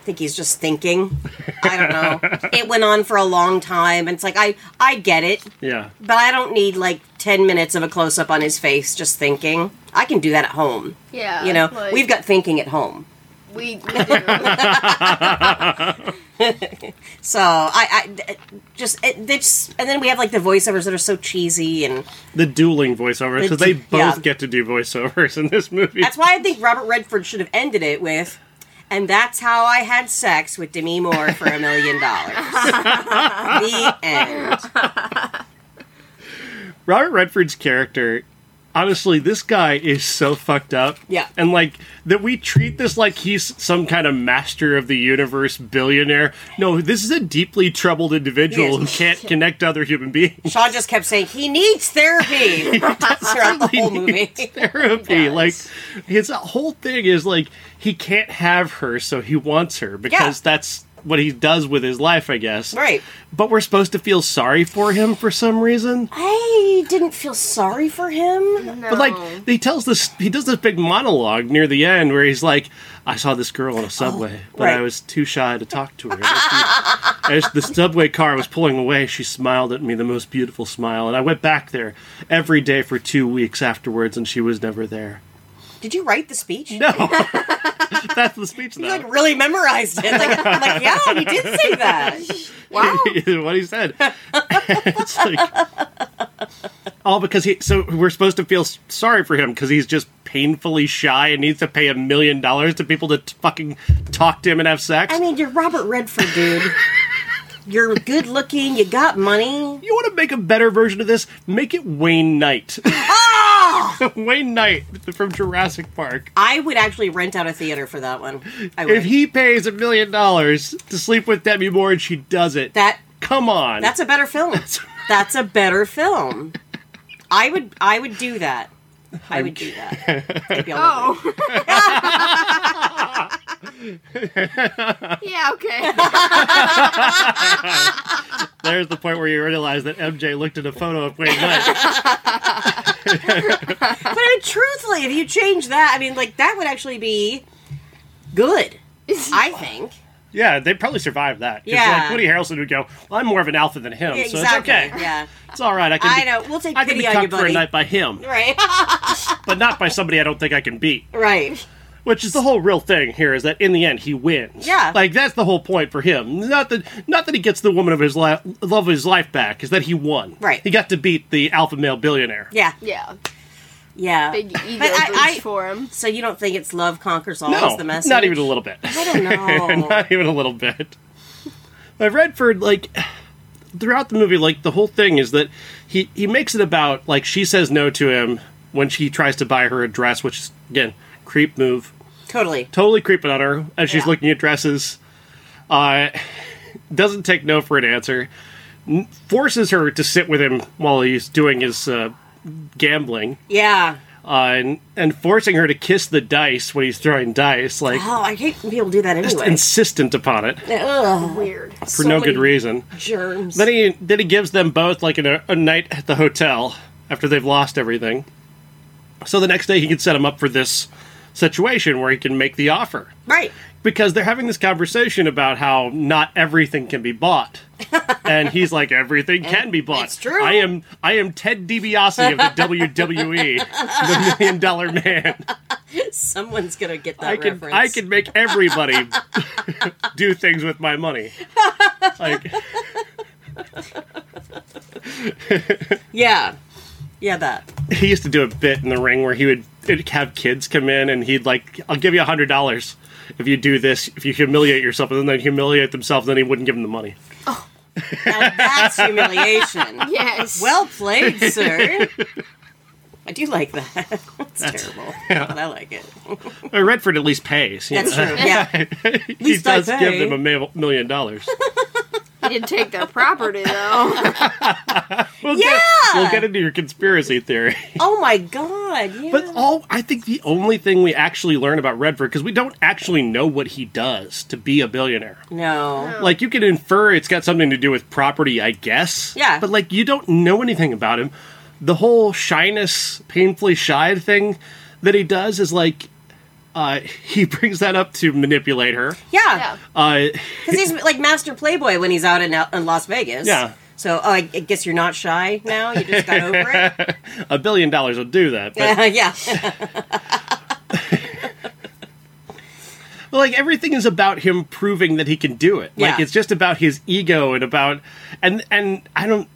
[SPEAKER 2] I think he's just thinking. I don't know. it went on for a long time and it's like I I get it,
[SPEAKER 1] Yeah.
[SPEAKER 2] but I don't need like 10 minutes of a close up on his face just thinking. I can do that at home.
[SPEAKER 3] Yeah,
[SPEAKER 2] You know,
[SPEAKER 3] like-
[SPEAKER 2] we've got thinking at home.
[SPEAKER 3] We, we do.
[SPEAKER 2] So I, I just it, they just and then we have like the voiceovers that are so cheesy and
[SPEAKER 1] The dueling voiceovers
[SPEAKER 2] The
[SPEAKER 1] because they
[SPEAKER 2] du-
[SPEAKER 1] both
[SPEAKER 2] yeah.
[SPEAKER 1] get to do voiceovers in this movie.
[SPEAKER 2] that's why I think Robert Redford should have ended it with and that's how I had sex with Demi Moore for a million dollars. the end.
[SPEAKER 1] Robert Redford's character, honestly, this guy is so fucked up.
[SPEAKER 2] Yeah.
[SPEAKER 1] And like that we treat this like he's some kind of master of the universe billionaire. No, this is a deeply troubled individual
[SPEAKER 2] He
[SPEAKER 1] who
[SPEAKER 2] is.
[SPEAKER 1] can't connect to other human beings.
[SPEAKER 2] Sean just kept saying he needs therapy throughout the whole movie.
[SPEAKER 1] Therapy.
[SPEAKER 2] Yes.
[SPEAKER 1] Like his whole thing is like he can't have her, so he wants her because that's what he does with his life, I guess.
[SPEAKER 2] Right.
[SPEAKER 1] But we're supposed to feel sorry for him for some reason.
[SPEAKER 2] I didn't feel sorry for him.
[SPEAKER 3] No.
[SPEAKER 1] But like he tells this, he does this big monologue near the end where he's like, "I saw this girl on a subway, but I
[SPEAKER 2] right.
[SPEAKER 1] was too shy to talk to her." As the, as the subway car was pulling away, she smiled at me the most beautiful smile, and I went back there every day for two weeks afterwards, and she was never there.
[SPEAKER 2] Did you write the speech?
[SPEAKER 1] No, that's the speech.
[SPEAKER 2] You like
[SPEAKER 1] Though.
[SPEAKER 2] really memorized it. Like, I'm like, yeah, you did say that.
[SPEAKER 3] wow.
[SPEAKER 1] is what he said. it's like all because he. So we're supposed to feel s- sorry for him because he's just painfully shy and needs to pay a million dollars to people to t- fucking talk to him and have sex.
[SPEAKER 2] I mean, you're Robert Redford, dude. You're good looking. You got money.
[SPEAKER 1] you want to make a better version of this? Make it Wayne Knight.
[SPEAKER 2] Ah!
[SPEAKER 1] Wayne Knight from Jurassic Park.
[SPEAKER 2] I would actually rent out a theater for that one. I would.
[SPEAKER 1] If he pays a million dollars to sleep with Demi Moore and she does it,
[SPEAKER 2] that
[SPEAKER 1] come on.
[SPEAKER 2] that's a better film. That's a better film. I would. I would do that. I would do that. I'd be all over it.
[SPEAKER 3] Oh. yeah. Okay.
[SPEAKER 1] There's the point where you realize that MJ looked at a photo of Wayne Knight.
[SPEAKER 2] But I mean, truthfully, if you change that, I mean, like that would actually be good. I think.
[SPEAKER 1] Yeah, they probably survived that. 'Cause,
[SPEAKER 2] Yeah.
[SPEAKER 1] like, Woody Harrelson would go, well, I'm more of an alpha than him, so it's
[SPEAKER 2] exactly.
[SPEAKER 1] okay.
[SPEAKER 2] Yeah.
[SPEAKER 1] It's all right. I can.
[SPEAKER 2] I
[SPEAKER 1] be-
[SPEAKER 2] know. We'll take
[SPEAKER 1] I can be
[SPEAKER 2] pity on you,
[SPEAKER 1] cucked for a
[SPEAKER 2] buddy.
[SPEAKER 1] night by him,
[SPEAKER 2] Right.
[SPEAKER 1] but not by somebody I don't think I can beat.
[SPEAKER 2] right.
[SPEAKER 1] Which is the whole real thing here is that in the end he wins.
[SPEAKER 2] Yeah.
[SPEAKER 1] like that's the whole point for him. Not that not that he gets the woman of his life, love of his life back, is that he won.
[SPEAKER 2] Right.
[SPEAKER 1] he got to beat the alpha male billionaire.
[SPEAKER 2] Yeah.
[SPEAKER 3] Yeah.
[SPEAKER 2] Yeah.
[SPEAKER 3] Big ego
[SPEAKER 2] But I-
[SPEAKER 3] boost
[SPEAKER 2] I-
[SPEAKER 3] for him.
[SPEAKER 2] So you don't think it's love conquers all
[SPEAKER 1] No,
[SPEAKER 2] is the message?
[SPEAKER 1] not even a little bit.
[SPEAKER 2] I don't know.
[SPEAKER 1] not even a little bit. But Redford, like throughout the movie, like the whole thing is that he he makes it about like she says no to him when she tries to buy her a dress, which is again creep move,
[SPEAKER 2] totally.
[SPEAKER 1] totally creeping on her as she's
[SPEAKER 3] Yeah.
[SPEAKER 1] looking at dresses. Uh, doesn't take no for an answer. N- Forces her to sit with him while he's doing his uh, gambling,
[SPEAKER 2] Yeah.
[SPEAKER 1] uh, and and forcing her to kiss the dice when he's throwing dice, like
[SPEAKER 2] Oh, I hate when people do that anyway.
[SPEAKER 1] insistent upon it.
[SPEAKER 2] Ugh,
[SPEAKER 3] Weird.
[SPEAKER 1] for no good reason.
[SPEAKER 2] Germs.
[SPEAKER 1] Then he then he gives them both like an, a night at the hotel after they've lost everything. So the next day he can set him up for this situation where he can make the offer
[SPEAKER 2] right.
[SPEAKER 1] because they're having this conversation about how not everything can be bought. and he's like, everything can be bought.
[SPEAKER 2] it's true.
[SPEAKER 1] I am I am Ted DiBiase of the WWE, the Million Dollar Man.
[SPEAKER 2] Someone's gonna get that
[SPEAKER 1] I can
[SPEAKER 2] reference.
[SPEAKER 1] I can make everybody do things with my money. Like.
[SPEAKER 2] Yeah. Yeah. That.
[SPEAKER 1] he used to do a bit in the ring where he would it'd have kids come in and he'd like, I'll give you a hundred dollars if you do this, if you humiliate yourself, and then they'd humiliate themselves, then he wouldn't give them the money.
[SPEAKER 2] Now that's humiliation.
[SPEAKER 3] Yes.
[SPEAKER 2] Well played, sir. I do like that. It's terrible, but I like it.
[SPEAKER 1] Or Redford at least pays. you
[SPEAKER 2] That's
[SPEAKER 1] know?
[SPEAKER 2] true. Yeah,
[SPEAKER 1] he
[SPEAKER 2] least I
[SPEAKER 1] does give
[SPEAKER 2] pay.
[SPEAKER 1] them a mil- million dollars.
[SPEAKER 3] He did take their property though.
[SPEAKER 1] We'll
[SPEAKER 2] Yeah!
[SPEAKER 1] Get, we'll get into your conspiracy theory.
[SPEAKER 2] Oh my god. Yeah.
[SPEAKER 1] But all I think the only thing we actually learn about Redford because we don't actually know what he does to be a billionaire.
[SPEAKER 2] no.
[SPEAKER 1] Like you can infer it's got something to do with property, I guess.
[SPEAKER 2] Yeah.
[SPEAKER 1] But like you don't know anything about him. The whole shyness, painfully shy thing that he does is like uh, he brings that up to manipulate her.
[SPEAKER 2] Yeah.
[SPEAKER 1] Uh,
[SPEAKER 2] Because he's like master playboy when he's out in, out in Las Vegas.
[SPEAKER 1] Yeah.
[SPEAKER 2] So oh, I I guess you're not shy now. You just got over it.
[SPEAKER 1] a billion dollars will do that. But
[SPEAKER 2] yeah.
[SPEAKER 1] Well, like everything is about him proving that he can do it. Like
[SPEAKER 2] Yeah.
[SPEAKER 1] it's just about his ego and about and and I don't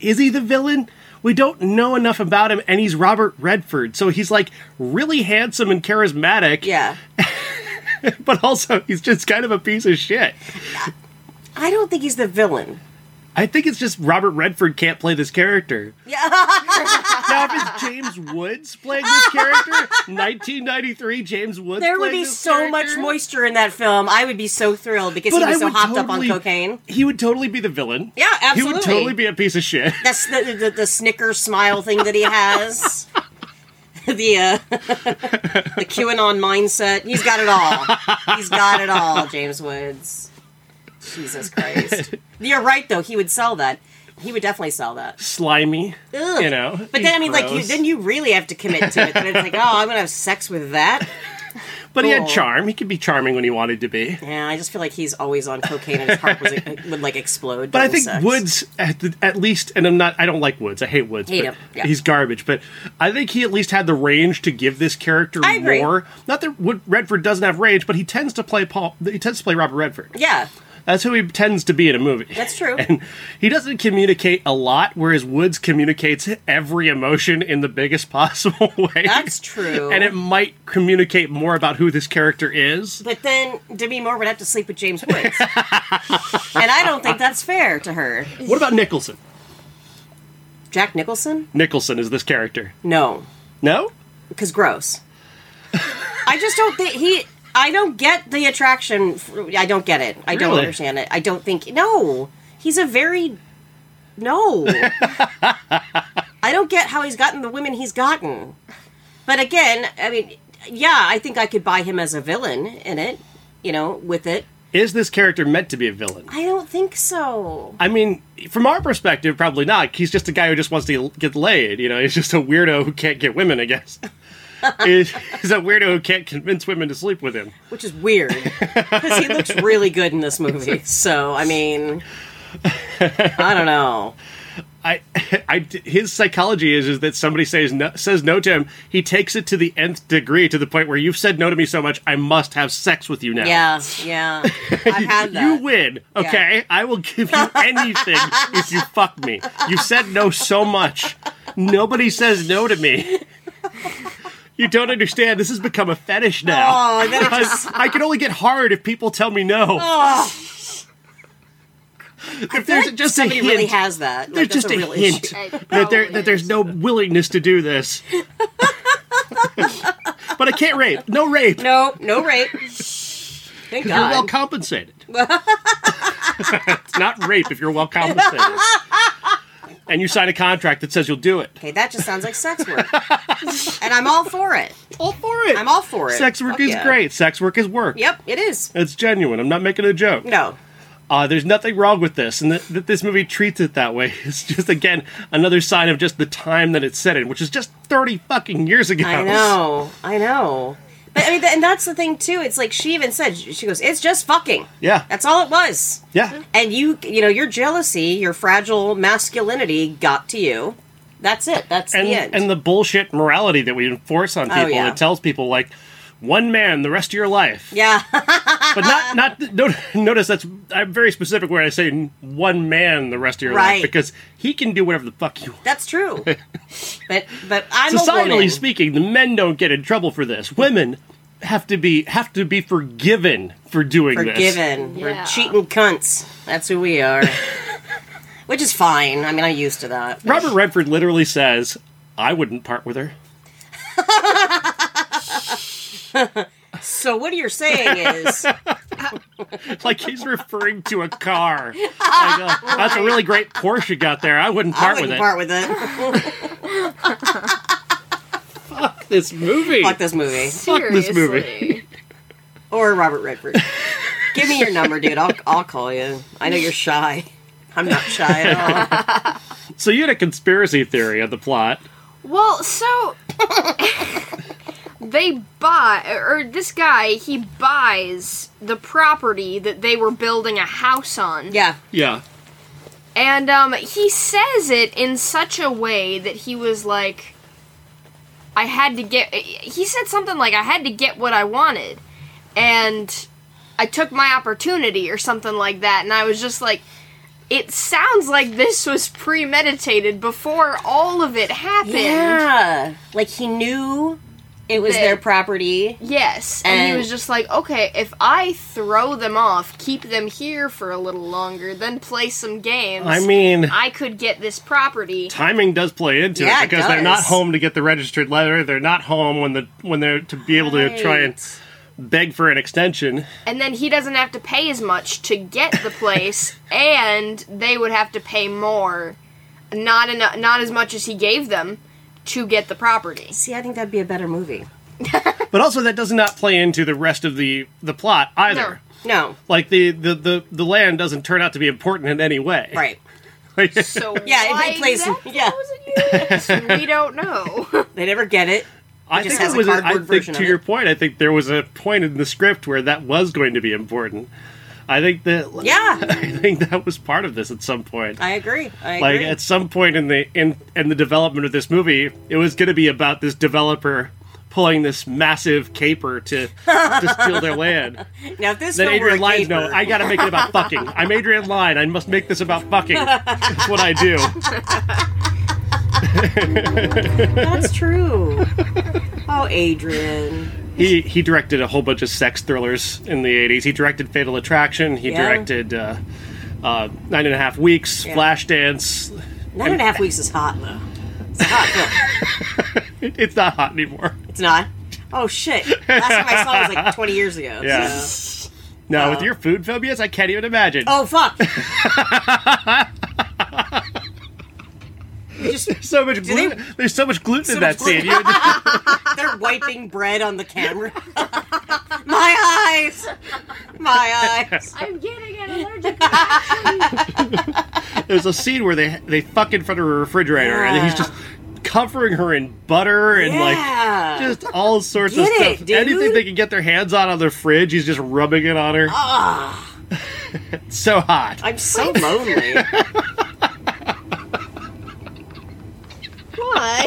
[SPEAKER 1] is he the villain? We don't know enough about him and he's Robert Redford. So he's like really handsome and charismatic,
[SPEAKER 2] Yeah.
[SPEAKER 1] but also he's just kind of a piece of shit.
[SPEAKER 2] I don't think he's the villain.
[SPEAKER 1] I think it's just Robert Redford can't play this character. Yeah. now if it's James Woods playing this character, 1993 James Woods
[SPEAKER 2] There would
[SPEAKER 1] playing
[SPEAKER 2] be
[SPEAKER 1] this
[SPEAKER 2] so much
[SPEAKER 1] character?
[SPEAKER 2] moisture in that film. I would be so thrilled because he was so hopped up on cocaine.
[SPEAKER 1] He would totally be the villain.
[SPEAKER 2] Yeah,
[SPEAKER 1] He
[SPEAKER 2] absolutely.
[SPEAKER 1] would totally be a piece of shit.
[SPEAKER 2] That's the the, the snicker smile thing that he has. the uh, the QAnon mindset. He's got it all. He's got it all. James Woods. Jesus Christ. You're right though. He would sell that. He would definitely sell that.
[SPEAKER 1] Slimy.
[SPEAKER 2] Ugh.
[SPEAKER 1] You know.
[SPEAKER 2] But then I mean, like, you,
[SPEAKER 1] gross.
[SPEAKER 2] then you really have to commit to it. Then it's like, oh, I'm gonna have sex with that.
[SPEAKER 1] But he had
[SPEAKER 2] cool.
[SPEAKER 1] charm. He could be charming when he wanted to be.
[SPEAKER 2] Yeah, I just feel like he's always on cocaine, and his heart was, uh, would like explode.
[SPEAKER 1] But I
[SPEAKER 2] during
[SPEAKER 1] think
[SPEAKER 2] sex.
[SPEAKER 1] Woods, at, the, at least, and I'm not. I don't like Woods. I hate Woods.
[SPEAKER 2] Hate
[SPEAKER 1] but
[SPEAKER 2] him, yeah.
[SPEAKER 1] He's garbage. But I think he at least had the range to give this character
[SPEAKER 2] I agree.
[SPEAKER 1] more. Not that Wood, Redford doesn't have range, but he tends to play Paul. He tends to play Robert Redford.
[SPEAKER 2] Yeah,
[SPEAKER 1] That's who he tends to be in a movie.
[SPEAKER 2] that's true.
[SPEAKER 1] He doesn't communicate a lot, whereas Woods communicates every emotion in the biggest possible way.
[SPEAKER 2] That's true.
[SPEAKER 1] And it might communicate more about who this character is.
[SPEAKER 2] But then Demi Moore would have to sleep with James Woods. and I don't think that's fair to her.
[SPEAKER 1] What about Nicholson?
[SPEAKER 2] Jack Nicholson?
[SPEAKER 1] Nicholson is this character.
[SPEAKER 2] No.
[SPEAKER 1] No?
[SPEAKER 2] Because gross. I just don't think he. I don't get the attraction. f- I don't get it. I don't
[SPEAKER 1] Really?
[SPEAKER 2] understand it. I don't think. No. He's a very. No. I don't get how he's gotten the women he's gotten. But again, I mean, yeah, I think I could buy him as a villain in it, you know, with it.
[SPEAKER 1] Is this character meant to be a villain?
[SPEAKER 2] I don't think so.
[SPEAKER 1] I mean, from our perspective, probably not. He's just a guy who just wants to get laid. You know, he's just a weirdo who can't get women, I guess. he's he's a weirdo who can't convince women to sleep with him.
[SPEAKER 2] which is weird because he looks really good in this movie. So I mean, I don't know.
[SPEAKER 1] I, I, his psychology is is that somebody says no, says no to him. He takes it to the nth degree to the point where you've said no to me so much, I must have sex with you now.
[SPEAKER 2] Yeah, yeah, I've had that.
[SPEAKER 1] You win, okay? I will give you anything if you fuck me. You've said no so much. Nobody says no to me. You don't understand. This has become a fetish now.
[SPEAKER 2] Oh, then it
[SPEAKER 1] Because
[SPEAKER 2] just,
[SPEAKER 1] I can only get hard if people tell me no.
[SPEAKER 2] oh,
[SPEAKER 1] if there's just a
[SPEAKER 2] somebody
[SPEAKER 1] hint,
[SPEAKER 2] really has that.
[SPEAKER 1] there's
[SPEAKER 2] Like, that's
[SPEAKER 1] just
[SPEAKER 2] a
[SPEAKER 1] a,
[SPEAKER 2] real
[SPEAKER 1] hint
[SPEAKER 2] issue.
[SPEAKER 1] that there that there's no willingness to do this. but I can't rape. No rape.
[SPEAKER 2] No, no rape. Thank
[SPEAKER 1] You're well
[SPEAKER 2] God.
[SPEAKER 1] compensated. it's not rape if you're well compensated. and you sign a contract that says you'll do it.
[SPEAKER 2] Okay, that just sounds like sex work, and I'm all for it.
[SPEAKER 1] All for it.
[SPEAKER 2] I'm all for it.
[SPEAKER 1] Sex work
[SPEAKER 2] Fuck
[SPEAKER 1] is
[SPEAKER 2] yeah.
[SPEAKER 1] great. Sex work is work.
[SPEAKER 2] Yep, it is.
[SPEAKER 1] It's genuine. I'm not making a joke.
[SPEAKER 2] No,
[SPEAKER 1] Uh, there's nothing wrong with this, and that that this movie treats it that way is just again another sign of just the time that it's set in, which is just 30 fucking years ago.
[SPEAKER 2] I know, I know. But I mean, th- and that's the thing too. It's like she even said, she goes, "It's just fucking."
[SPEAKER 1] Yeah.
[SPEAKER 2] That's all it was.
[SPEAKER 1] yeah.
[SPEAKER 2] and you you know your jealousy your fragile masculinity got to you that's it that's
[SPEAKER 1] and
[SPEAKER 2] the end
[SPEAKER 1] and the bullshit morality that we enforce on
[SPEAKER 2] Oh,
[SPEAKER 1] people
[SPEAKER 2] yeah.
[SPEAKER 1] that tells people like one man the rest of your life.
[SPEAKER 2] Yeah.
[SPEAKER 1] But
[SPEAKER 2] Uh.
[SPEAKER 1] not not no, notice that's I'm very specific where I say one man the rest of your
[SPEAKER 2] Right.
[SPEAKER 1] life because he can do whatever the fuck you want.
[SPEAKER 2] That's true. but but I'm a woman.
[SPEAKER 1] Societally speaking, the men don't get in trouble for this. Women have to be have to be forgiven for doing this.
[SPEAKER 2] Forgiven.
[SPEAKER 3] Yeah.
[SPEAKER 2] We're cheating cunts. That's who we are. Which is fine. I mean, I'm used to that.
[SPEAKER 1] Robert Redford literally says, "I wouldn't part with her."
[SPEAKER 2] So what you're saying is,
[SPEAKER 1] Like he's referring to a car. Like, uh, that's a really great Porsche you got there. I wouldn't
[SPEAKER 2] I
[SPEAKER 1] part
[SPEAKER 2] wouldn't
[SPEAKER 1] with
[SPEAKER 2] part with it.
[SPEAKER 1] it. This movie.
[SPEAKER 2] Fuck this movie
[SPEAKER 1] Fuck this movie.
[SPEAKER 3] Seriously.
[SPEAKER 2] or Robert Redford. Give me your number, dude. I'll I'll call you. I know you're shy. I'm not shy at all.
[SPEAKER 1] So you had a conspiracy theory of the plot.
[SPEAKER 3] Well, so they buy, or this guy, he buys the property that they were building a house on.
[SPEAKER 2] Yeah.
[SPEAKER 1] Yeah.
[SPEAKER 3] And um, he says it in such a way that he was like, I had to get. He said something like, I had to get what I wanted. And I took my opportunity or something like that. And I was just like, it sounds like this was premeditated before all of it happened.
[SPEAKER 2] Yeah. Like he knew it was
[SPEAKER 3] That-
[SPEAKER 2] their property.
[SPEAKER 3] Yes. And, he
[SPEAKER 2] And-
[SPEAKER 3] was just like, okay, if I throw them off, keep them here for a little longer, then play some games,
[SPEAKER 1] I mean,
[SPEAKER 3] I could get this property.
[SPEAKER 1] timing does play into
[SPEAKER 2] Yeah,
[SPEAKER 1] it
[SPEAKER 2] it
[SPEAKER 1] because they're not
[SPEAKER 2] does.
[SPEAKER 1] home to get the registered letter. They're not home when the when they're to be able to try and
[SPEAKER 2] Right.
[SPEAKER 1] beg for an extension.
[SPEAKER 3] and then he doesn't have to pay as much to get the place, and they would have to pay more, not enough, not as much as he gave them to get the property.
[SPEAKER 2] See, I think that'd be a better movie.
[SPEAKER 1] But also that does not play into the rest of the the plot either.
[SPEAKER 2] No.
[SPEAKER 1] Like the, the the the land doesn't turn out to be important in any way.
[SPEAKER 2] Right.
[SPEAKER 1] Like,
[SPEAKER 3] So
[SPEAKER 2] Yeah, it- it
[SPEAKER 3] why
[SPEAKER 2] plays-
[SPEAKER 3] exactly
[SPEAKER 2] yeah.
[SPEAKER 3] was it used? We don't know.
[SPEAKER 2] They never get it.
[SPEAKER 1] I
[SPEAKER 2] just
[SPEAKER 1] think
[SPEAKER 2] has
[SPEAKER 1] it
[SPEAKER 2] a
[SPEAKER 1] was. I think
[SPEAKER 2] cardboard version
[SPEAKER 1] to
[SPEAKER 2] of
[SPEAKER 1] your
[SPEAKER 2] it.
[SPEAKER 1] point, I think there was a point in the script where that was going to be important. I think that.
[SPEAKER 2] Yeah.
[SPEAKER 1] I think that was part of this at some point.
[SPEAKER 2] I agree. I agree.
[SPEAKER 1] like at some point in the in in the development of this movie, it was going to be about this developer pulling this massive caper to to steal their land.
[SPEAKER 2] now, if this
[SPEAKER 1] Then
[SPEAKER 2] film were
[SPEAKER 1] Adrian
[SPEAKER 2] a
[SPEAKER 1] Lyne's no,
[SPEAKER 2] caper-
[SPEAKER 1] I got to make it about fucking. I'm Adrian Lyne. I must make this about fucking. That's what I do.
[SPEAKER 2] That's true. oh, Adrian.
[SPEAKER 1] He he directed a whole bunch of sex thrillers in the '80s. He directed Fatal Attraction. He
[SPEAKER 2] Yeah.
[SPEAKER 1] directed uh, uh, Nine and a Half Weeks,
[SPEAKER 2] Yeah.
[SPEAKER 1] Flashdance.
[SPEAKER 2] Nine and a half weeks is hot, though. It's a hot film.
[SPEAKER 1] It, it's not hot anymore.
[SPEAKER 2] It's not. Oh, shit. Last time I saw it was like 20 years ago.
[SPEAKER 1] Yeah.
[SPEAKER 2] so-
[SPEAKER 1] Now with your food phobias, I can't even imagine.
[SPEAKER 2] Oh, fuck. You just,
[SPEAKER 1] so much
[SPEAKER 2] they-
[SPEAKER 1] gluten. There's so much gluten in
[SPEAKER 2] much
[SPEAKER 1] that scene. You-
[SPEAKER 2] they're wiping bread on the camera. My eyes. My eyes.
[SPEAKER 3] I'm getting an allergic.
[SPEAKER 1] There's a scene where they they fuck in front of a refrigerator, and he's
[SPEAKER 2] Yeah.
[SPEAKER 1] just covering her in butter and
[SPEAKER 2] Yeah.
[SPEAKER 1] like just all sorts of
[SPEAKER 2] Get it,
[SPEAKER 1] stuff.
[SPEAKER 2] dude.
[SPEAKER 1] Anything they can get their hands on on the fridge, he's just rubbing it on her.
[SPEAKER 2] Ah,
[SPEAKER 1] It's so hot.
[SPEAKER 2] I'm so lonely.
[SPEAKER 3] Why?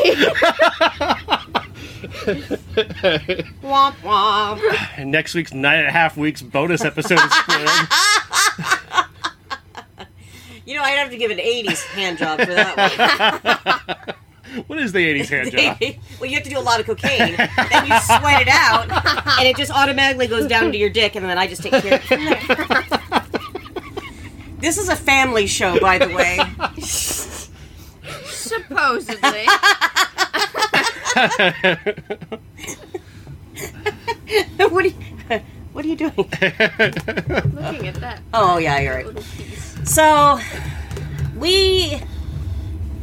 [SPEAKER 2] womp womp.
[SPEAKER 1] And next week's nine and a half weeks bonus episode is spoiled.
[SPEAKER 2] You know, I'd have to give an 80s hand job for that one.
[SPEAKER 1] What is the 80s hand job?
[SPEAKER 2] well, you have to do a lot of cocaine. then you sweat it out, and it just automatically goes down into your dick, and then I just take care of it. from there. this is a family show, by the way.
[SPEAKER 3] Supposedly.
[SPEAKER 2] what are you, what are you doing?
[SPEAKER 3] Looking at that
[SPEAKER 2] Oh yeah, you're right.
[SPEAKER 3] little piece.
[SPEAKER 2] So we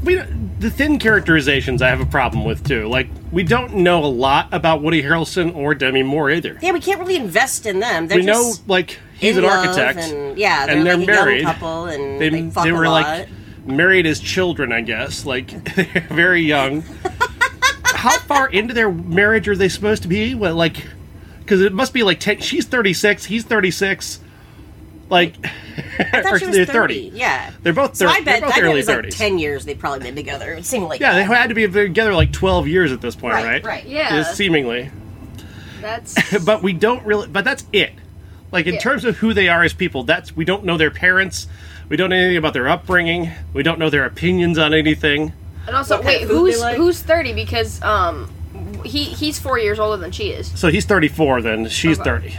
[SPEAKER 1] We don't- the thin characterizations I have a problem with too. Like we don't know a lot about Woody Harrelson or Demi Moore either.
[SPEAKER 2] yeah we can't really invest in them. They're
[SPEAKER 1] we know
[SPEAKER 2] just
[SPEAKER 1] like he's
[SPEAKER 2] in
[SPEAKER 1] an
[SPEAKER 2] love
[SPEAKER 1] architect.
[SPEAKER 2] and, yeah, they're,
[SPEAKER 1] and they're
[SPEAKER 2] like a young
[SPEAKER 1] married.
[SPEAKER 2] couple, and
[SPEAKER 1] they,
[SPEAKER 2] they,
[SPEAKER 1] they,
[SPEAKER 2] fuck a
[SPEAKER 1] were
[SPEAKER 2] lot.
[SPEAKER 1] like married as children, I guess, like very young. How far into their marriage are they supposed to be? Well, like, because it must be like ten. She's thirty six. He's thirty six. Like,
[SPEAKER 2] I thought she was
[SPEAKER 1] they're
[SPEAKER 2] 30.
[SPEAKER 1] 30.
[SPEAKER 2] Yeah.
[SPEAKER 1] They're both
[SPEAKER 2] So
[SPEAKER 1] thir-
[SPEAKER 2] I bet,
[SPEAKER 1] they're both
[SPEAKER 2] I bet it
[SPEAKER 1] early
[SPEAKER 2] was
[SPEAKER 1] 30s.
[SPEAKER 2] like 10 years they've probably been together. It seemed like
[SPEAKER 1] yeah, they
[SPEAKER 2] that.
[SPEAKER 1] had to be together like twelve years at this point,
[SPEAKER 2] Right,
[SPEAKER 1] right?
[SPEAKER 2] right.
[SPEAKER 3] Yeah.
[SPEAKER 1] Just seemingly.
[SPEAKER 3] That's
[SPEAKER 1] but we don't really but that's it like in
[SPEAKER 3] Yeah.
[SPEAKER 1] terms of who they are as people that's we don't know their parents we don't know anything about their upbringing we don't know their opinions on anything
[SPEAKER 3] and also
[SPEAKER 2] What kind
[SPEAKER 3] wait,
[SPEAKER 2] of food they
[SPEAKER 3] who's
[SPEAKER 2] like?
[SPEAKER 3] who's thirty? Because um, he he's four years older than she is.
[SPEAKER 1] so he's 34 then she's
[SPEAKER 3] Okay.
[SPEAKER 1] 30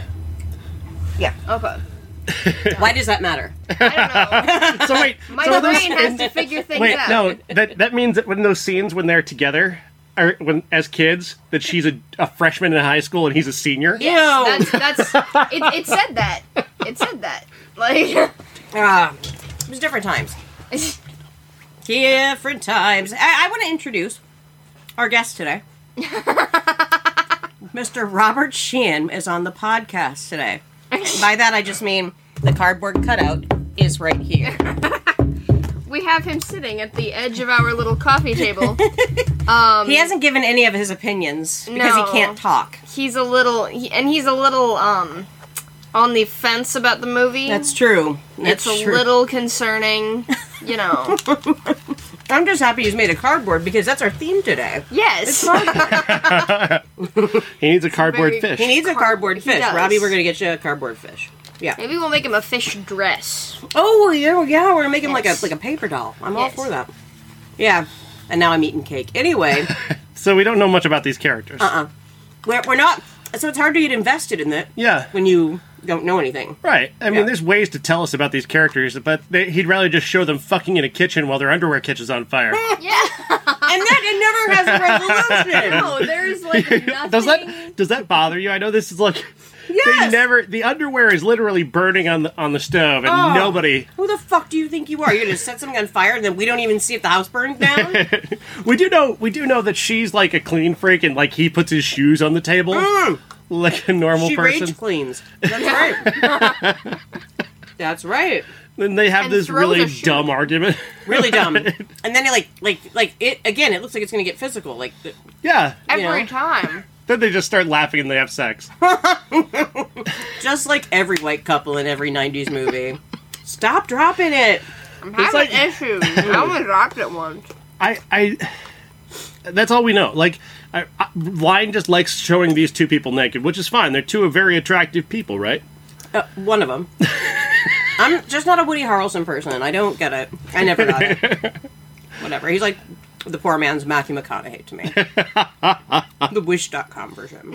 [SPEAKER 2] Yeah.
[SPEAKER 3] Okay,
[SPEAKER 2] Why does that matter?
[SPEAKER 3] I don't know.
[SPEAKER 1] so wait
[SPEAKER 3] My
[SPEAKER 1] so those-
[SPEAKER 3] brain has to figure things
[SPEAKER 1] wait
[SPEAKER 3] out.
[SPEAKER 1] no that that means that when those scenes when they're together or when as kids that she's a, a freshman in high school and he's a senior
[SPEAKER 2] Yes,
[SPEAKER 3] That's that's it, it said that. It said that. Like
[SPEAKER 2] Ah, it was different times. Different times. I, I want to introduce our guest today. Mr. Robert Sheehan is on the podcast today. By that, I just mean the cardboard cutout is right here.
[SPEAKER 3] we have him sitting at the edge of our little coffee table.
[SPEAKER 2] He hasn't given any of his opinions because
[SPEAKER 3] No.
[SPEAKER 2] he can't talk.
[SPEAKER 3] He's a little he, and he's a little um on the fence about the movie.
[SPEAKER 2] That's true.
[SPEAKER 3] it's
[SPEAKER 2] That's
[SPEAKER 3] a
[SPEAKER 2] true.
[SPEAKER 3] little concerning, you know.
[SPEAKER 2] I'm just happy he's made of cardboard because that's our theme today.
[SPEAKER 3] yes.
[SPEAKER 1] he needs a cardboard
[SPEAKER 3] very-
[SPEAKER 1] fish
[SPEAKER 2] He needs a cardboard
[SPEAKER 3] He
[SPEAKER 2] fish.
[SPEAKER 3] does.
[SPEAKER 2] Robbie, we're going to get you a cardboard fish. Yeah.
[SPEAKER 3] Maybe we'll make him a fish dress.
[SPEAKER 2] Oh yeah, yeah. We're gonna make him
[SPEAKER 3] Yes.
[SPEAKER 2] like a like a paper doll. I'm
[SPEAKER 3] Yes.
[SPEAKER 2] all for that. Yeah. And now I'm eating cake. Anyway,
[SPEAKER 1] so we don't know much about these characters uh-uh.
[SPEAKER 2] we're, we're not. So it's hard to get invested in it
[SPEAKER 1] yeah
[SPEAKER 2] when you don't know anything.
[SPEAKER 1] Right. I mean,
[SPEAKER 2] Yeah.
[SPEAKER 1] there's ways to tell us about these characters, but they, he'd rather just show them fucking in a kitchen while their underwear catches on fire.
[SPEAKER 3] Yeah.
[SPEAKER 2] And that it never has a resolution.
[SPEAKER 3] No, there's like nothing.
[SPEAKER 1] does that does that bother you? I know this is like
[SPEAKER 2] Yes.
[SPEAKER 1] they never the underwear is literally burning on the on the stove, and
[SPEAKER 3] Ah.
[SPEAKER 2] Oh.
[SPEAKER 1] nobody.
[SPEAKER 2] Who the fuck do you think you are? You're gonna set something on fire and then we don't even see if the house burns down?
[SPEAKER 1] We do know we do know that she's like a clean freak, and like he puts his shoes on the table
[SPEAKER 3] Ah.
[SPEAKER 1] like a normal
[SPEAKER 2] Hmm. she
[SPEAKER 1] person.
[SPEAKER 2] rage cleans. That's right. That's right.
[SPEAKER 1] Then they have
[SPEAKER 3] And
[SPEAKER 1] this
[SPEAKER 3] throws
[SPEAKER 1] really
[SPEAKER 3] a shoe.
[SPEAKER 1] dumb argument.
[SPEAKER 2] Really dumb. And then it like like like it again, it looks like it's gonna get physical. Like the,
[SPEAKER 1] yeah.
[SPEAKER 3] every
[SPEAKER 2] you know.
[SPEAKER 3] time?
[SPEAKER 1] Then they just start laughing and they have sex.
[SPEAKER 2] just like every white couple in every 90s movie. Stop dropping it.
[SPEAKER 3] I'm having
[SPEAKER 1] like-
[SPEAKER 3] issues. I only dropped it once.
[SPEAKER 1] I, I, that's all we know. Like, I, I, Line just likes showing these two people naked, which is fine. They're two very attractive people, right?
[SPEAKER 2] Uh, one of them. I'm just not a Woody Harrelson person. I don't get it. I never got it. Whatever. He's like the poor man's Matthew McConaughey to me. the Wish.com version.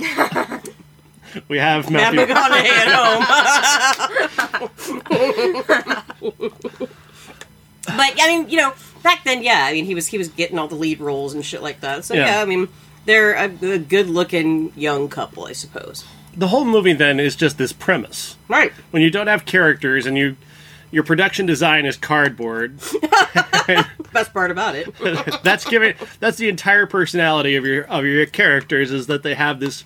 [SPEAKER 1] We have
[SPEAKER 2] Matt
[SPEAKER 1] Matthew.
[SPEAKER 2] McConaughey at home. but I mean, you know, back then, yeah. I mean, he was he was getting all the lead roles and shit like that. So
[SPEAKER 1] Yeah.
[SPEAKER 2] yeah, I mean, they're a, a good-looking young couple, I suppose.
[SPEAKER 1] The whole movie then is just this premise.
[SPEAKER 2] Right.
[SPEAKER 1] When you don't have characters and you, your production design is cardboard.
[SPEAKER 2] Best part about it.
[SPEAKER 1] that's giving. That's the entire personality of your of your characters is that they have this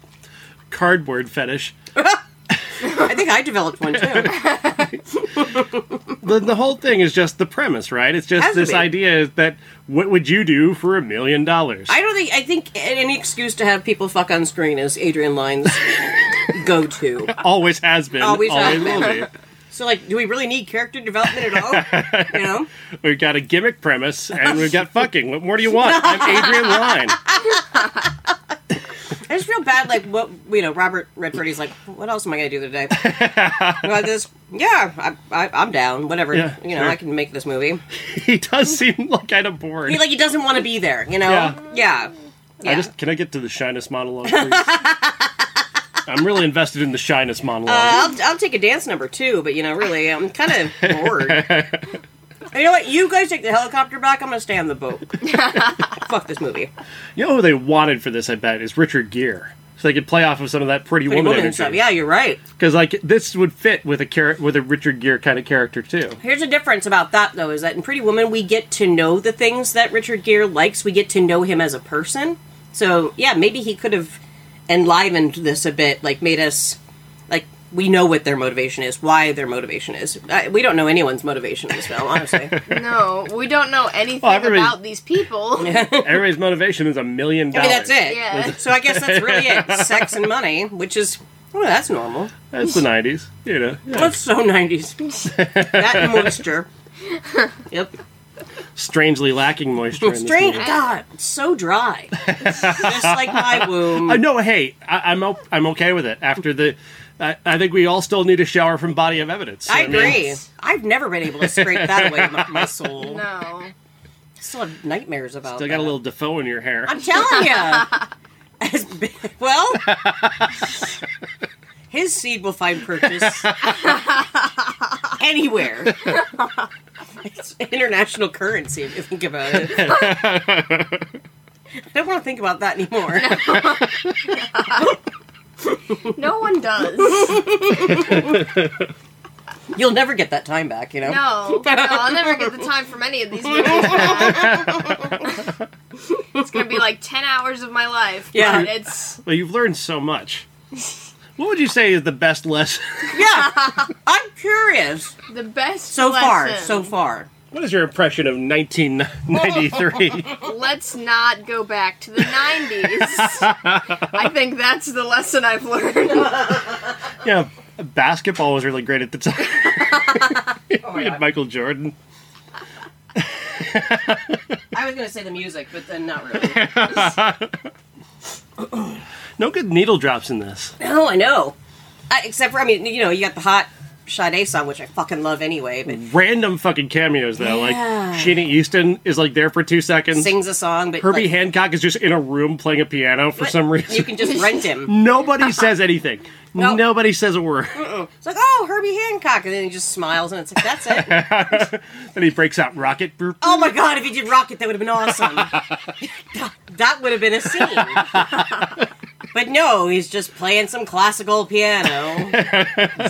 [SPEAKER 1] cardboard fetish.
[SPEAKER 2] I think I developed one too.
[SPEAKER 1] The, the whole thing is just the premise, right? It's just
[SPEAKER 2] Has to
[SPEAKER 1] this
[SPEAKER 2] be.
[SPEAKER 1] idea that what would you do for a million dollars?
[SPEAKER 2] I don't think I think any excuse to have people fuck on screen is Adrian Lyne's go to.
[SPEAKER 1] Always has been.
[SPEAKER 2] Always has been.
[SPEAKER 1] will be.
[SPEAKER 2] So like, do we really need character development at all? You know?
[SPEAKER 1] We've got a gimmick premise and we've got fucking. What more do you want? I'm Adrian Lyne.
[SPEAKER 2] I just feel bad like what you know, Robert Redford he's like, What else am I gonna do today? Well, this yeah, I, I I'm down, whatever.
[SPEAKER 1] Yeah,
[SPEAKER 2] you know,
[SPEAKER 1] sure.
[SPEAKER 2] I can make this movie.
[SPEAKER 1] He does seem like kind of bored.
[SPEAKER 2] He like he doesn't want to be there, you know?
[SPEAKER 1] Yeah.
[SPEAKER 2] Yeah.
[SPEAKER 1] I
[SPEAKER 2] yeah.
[SPEAKER 1] just can I get to the shyness monologue, please? I'm really invested in the shyness monologue.
[SPEAKER 2] Uh, I'll, I'll take a dance number too, but you know, really, I'm kind of bored. you know what? You guys take the helicopter back. I'm gonna stay on the boat. Fuck this movie.
[SPEAKER 1] you know who they wanted for this? I bet is Richard Gere, so they could play off of some of that Pretty,
[SPEAKER 2] Pretty
[SPEAKER 1] Woman,
[SPEAKER 2] woman and stuff. Yeah, you're right.
[SPEAKER 1] because like this would fit with a char- with a Richard Gere kind of character too.
[SPEAKER 2] Here's a difference about that though is that in Pretty Woman we get to know the things that Richard Gere likes. We get to know him as a person. So yeah, maybe he could have enlivened this a bit, like made us like we know what their motivation is, why their motivation is. I, we don't know anyone's motivation in this film, honestly.
[SPEAKER 3] No, we don't know anything
[SPEAKER 1] Well, everybody-
[SPEAKER 3] about these people.
[SPEAKER 1] Everybody's motivation is a million
[SPEAKER 2] I
[SPEAKER 1] dollars.
[SPEAKER 2] mean, that's it.
[SPEAKER 3] Yeah.
[SPEAKER 2] So I guess that's really it. Sex and money, which is, oh, that's normal.
[SPEAKER 1] That's the '90s. You know, yeah.
[SPEAKER 2] That's so 90s. that and moisture. Yep.
[SPEAKER 1] strangely lacking moisture. in
[SPEAKER 2] Strange.
[SPEAKER 1] This movie.
[SPEAKER 2] God, it's so dry. Just like my womb.
[SPEAKER 1] Uh, no, hey, I, I'm o- I'm okay with it. After the, I, I think we all still need a shower from body of evidence.
[SPEAKER 2] I
[SPEAKER 1] mean,
[SPEAKER 2] agree. I've never been able to scrape that away from my soul.
[SPEAKER 3] No.
[SPEAKER 2] I still have nightmares about.
[SPEAKER 1] Still got a
[SPEAKER 2] that.
[SPEAKER 1] little Defoe in your hair.
[SPEAKER 2] I'm telling you. well, his seed will find purchase anywhere. it's international currency if you think about it. I don't want to think about that anymore.
[SPEAKER 3] No one does.
[SPEAKER 2] You'll never get that time back, you know?
[SPEAKER 3] No. No, I'll never get the time from any of these movies. back. it's gonna be like ten hours of my life.
[SPEAKER 2] Yeah.
[SPEAKER 3] But it's
[SPEAKER 1] Well, you've learned so much. What would you say is the best lesson?
[SPEAKER 2] Yeah. I'm curious.
[SPEAKER 3] the best
[SPEAKER 2] So far,
[SPEAKER 3] lesson.
[SPEAKER 2] so far.
[SPEAKER 1] What is your impression of 1993?
[SPEAKER 3] Let's not go back to the 90s. I think that's the lesson I've learned.
[SPEAKER 1] yeah, basketball was really great at the time. we
[SPEAKER 2] yeah.
[SPEAKER 1] had Michael Jordan.
[SPEAKER 2] I was going to say the music, but then not really.
[SPEAKER 1] No good needle drops in this.
[SPEAKER 2] No, I know. I, except for, I mean, you know, you got the hot Sade song, which I fucking love anyway, but
[SPEAKER 1] Random fucking cameos though.
[SPEAKER 2] Yeah.
[SPEAKER 1] Like Sheena Easton is like there for two seconds.
[SPEAKER 2] sings a song, but
[SPEAKER 1] Herbie
[SPEAKER 2] like,
[SPEAKER 1] Hancock is just in a room playing a piano for
[SPEAKER 2] but
[SPEAKER 1] some reason.
[SPEAKER 2] you can just rent him.
[SPEAKER 1] Nobody says anything.
[SPEAKER 2] Nope.
[SPEAKER 1] Nobody says a word.
[SPEAKER 2] It's like, oh, Herbie Hancock, and then he just smiles, and it's like, that's it.
[SPEAKER 1] then he breaks out rocket.
[SPEAKER 2] oh my god, if he did Rocket, that would have been awesome. that would have been a scene. but no, he's just playing some classical piano,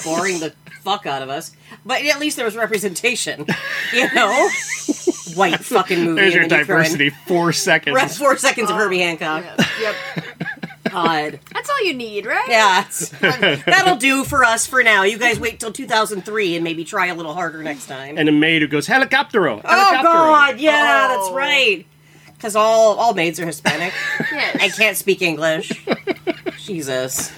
[SPEAKER 2] boring the fuck out of us. But at least there was representation, you know. White fucking movie.
[SPEAKER 1] There's your
[SPEAKER 2] and then you throw in
[SPEAKER 1] diversity. Four
[SPEAKER 2] Rest
[SPEAKER 1] seconds.
[SPEAKER 2] four seconds of Herbie Hancock.
[SPEAKER 3] yep. yep.
[SPEAKER 2] God.
[SPEAKER 3] That's all you need, right?
[SPEAKER 2] Yeah, it's- that'll do for us for now. You guys wait till 2003 and maybe try a little harder next time.
[SPEAKER 1] And a maid who goes helicoptero.
[SPEAKER 2] oh
[SPEAKER 1] helicoptero."
[SPEAKER 2] God, yeah, that's
[SPEAKER 3] Oh.
[SPEAKER 2] right. Because all all maids are Hispanic.
[SPEAKER 3] Yes.
[SPEAKER 2] I can't speak English. Jesus.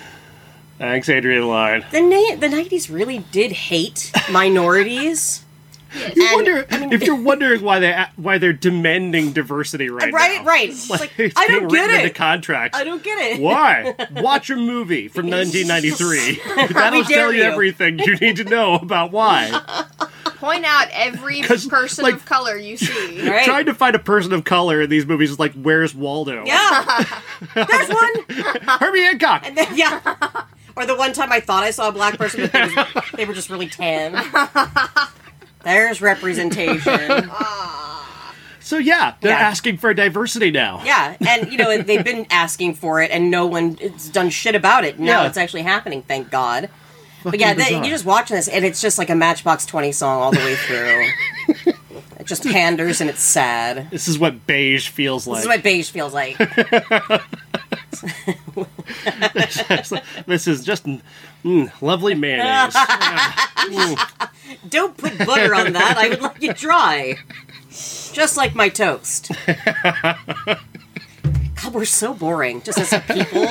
[SPEAKER 1] Thanks, Adrian Lyne.
[SPEAKER 2] The na- the 90s really did hate minorities.
[SPEAKER 3] Yes.
[SPEAKER 2] And-
[SPEAKER 1] wonder if you're wondering why they why they're demanding diversity right,
[SPEAKER 2] right,
[SPEAKER 1] now.
[SPEAKER 2] right. It's just like,
[SPEAKER 1] It's
[SPEAKER 2] I
[SPEAKER 1] being
[SPEAKER 2] don't get
[SPEAKER 1] written
[SPEAKER 2] it.
[SPEAKER 1] Into contracts.
[SPEAKER 2] I don't get it.
[SPEAKER 1] Why? Watch a movie from 1993. That'll
[SPEAKER 2] dare
[SPEAKER 1] tell you
[SPEAKER 2] you.
[SPEAKER 1] everything you need to know about why.
[SPEAKER 3] Point out every
[SPEAKER 1] 'Cause,
[SPEAKER 3] person
[SPEAKER 1] like-
[SPEAKER 3] of color you see.
[SPEAKER 2] Right?
[SPEAKER 1] Trying to find a person of color in these movies is like, where's Waldo?
[SPEAKER 2] yeah. There's one.
[SPEAKER 1] Herbie Hancock.
[SPEAKER 2] And then- yeah. Or the one time I thought I saw a black person, but they, was, they were just really tan. There's representation.
[SPEAKER 1] So yeah, they're
[SPEAKER 2] Yeah.
[SPEAKER 1] asking for diversity now.
[SPEAKER 2] Yeah, and you know they've been asking for it, and no one has done shit about it. Now
[SPEAKER 1] Yeah.
[SPEAKER 2] it's actually happening, thank God.
[SPEAKER 1] Fucking
[SPEAKER 2] But yeah, the,
[SPEAKER 1] bizarre.
[SPEAKER 2] you're just watching this, and it's just like a Matchbox Twenty song all the way through. it just panders, and it's sad.
[SPEAKER 1] This is what beige feels
[SPEAKER 2] This
[SPEAKER 1] like.
[SPEAKER 2] is what beige feels like.
[SPEAKER 1] This is just mm, lovely mayonnaise.
[SPEAKER 2] Don't put butter on that. I would like it dry, just like my toast. God, we're so boring, just as people.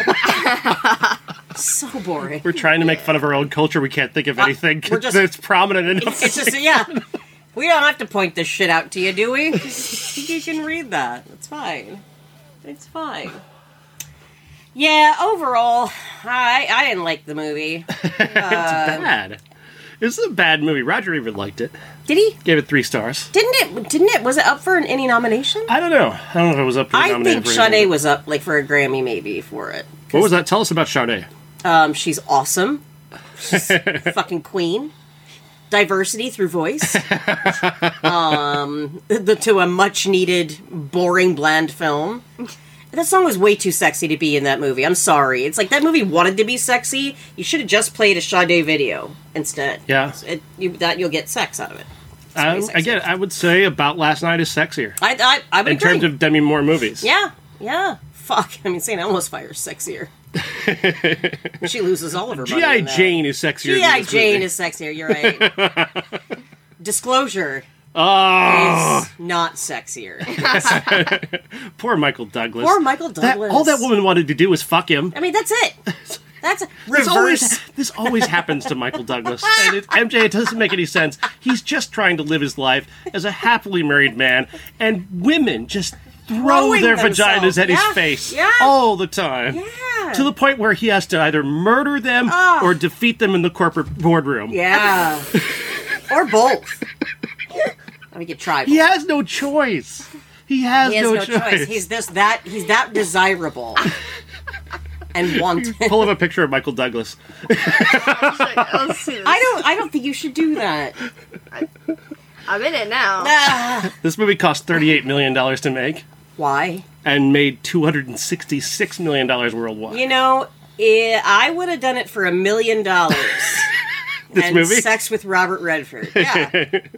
[SPEAKER 2] so boring.
[SPEAKER 1] We're trying to make fun of our own culture. We can't think of anything
[SPEAKER 2] Uh, we're just-
[SPEAKER 1] that's prominent enough.
[SPEAKER 2] It's just yeah. We don't have to point this shit out to you, do we? you can read that. It's fine. It's fine. Yeah, overall, I I didn't like the movie.
[SPEAKER 1] bad. This is a bad movie. Roger Ebert liked it.
[SPEAKER 2] Did he?
[SPEAKER 1] Gave it three stars.
[SPEAKER 2] Didn't it? Didn't it? Was it up for an, any nomination?
[SPEAKER 1] I don't know. I don't know if it was up. To
[SPEAKER 2] I
[SPEAKER 1] nominated
[SPEAKER 2] think
[SPEAKER 1] for anything.
[SPEAKER 2] Sade was up like for a Grammy maybe for it.
[SPEAKER 1] What was that? Tell us about Sade.
[SPEAKER 2] Um, she's awesome. She's fucking queen. Diversity through voice. um, the, to a much needed, boring, bland film. That song was way too sexy to be in that movie. I'm sorry. It's like that movie wanted to be sexy. You should have just played a Sade video instead.
[SPEAKER 1] Yeah.
[SPEAKER 2] It, you, that you'll get sex out of it.
[SPEAKER 1] Um,
[SPEAKER 2] sexy.
[SPEAKER 1] again, I would say about last night is sexier
[SPEAKER 2] I, I, I would
[SPEAKER 1] in
[SPEAKER 2] agree.
[SPEAKER 1] terms of Demi Moore movies.
[SPEAKER 2] yeah, yeah. Fuck. I mean, St. Elmo's Fire is sexier. she loses all of her money.
[SPEAKER 1] G.I.
[SPEAKER 2] in that.
[SPEAKER 1] Jane is sexier. than
[SPEAKER 2] G.I.
[SPEAKER 1] this
[SPEAKER 2] Jane
[SPEAKER 1] movie.
[SPEAKER 2] is sexier. You're right. Disclosure
[SPEAKER 1] Oh,
[SPEAKER 2] is not sexier.
[SPEAKER 1] poor Michael Douglas.
[SPEAKER 2] Poor Michael
[SPEAKER 1] That-
[SPEAKER 2] Douglas.
[SPEAKER 1] all that woman wanted to do was fuck him.
[SPEAKER 2] I mean, that's it. That's
[SPEAKER 1] This
[SPEAKER 2] reverse.
[SPEAKER 1] always, this always happens to Michael Douglas. And it, MJ, it doesn't make any sense. He's just trying to live his life as a happily married man, and women just throw
[SPEAKER 2] Throwing
[SPEAKER 1] their
[SPEAKER 2] themselves.
[SPEAKER 1] vaginas at
[SPEAKER 2] Yeah,
[SPEAKER 1] his face
[SPEAKER 2] yeah.
[SPEAKER 1] all the time.
[SPEAKER 2] Yeah. Ah.
[SPEAKER 1] To the point where he has to either murder them or defeat them in the corporate boardroom.
[SPEAKER 2] yeah, or both. Let me get tribal.
[SPEAKER 1] He has no choice. He has,
[SPEAKER 2] he has
[SPEAKER 1] no,
[SPEAKER 2] no,
[SPEAKER 1] choice.
[SPEAKER 2] choice. He's this that he's that desirable and wanted.
[SPEAKER 1] Pull up a picture of Michael Douglas.
[SPEAKER 3] It's like, I'll see this.
[SPEAKER 2] I don't. I don't think you should do that.
[SPEAKER 3] I'm in it now.
[SPEAKER 2] Ah,
[SPEAKER 1] This movie cost $38 million to make
[SPEAKER 2] why?
[SPEAKER 1] and made $266 million worldwide.
[SPEAKER 2] You know, eh, I would have done it for a million dollars.
[SPEAKER 1] this
[SPEAKER 2] and
[SPEAKER 1] movie?
[SPEAKER 2] sex with Robert Redford. Yeah.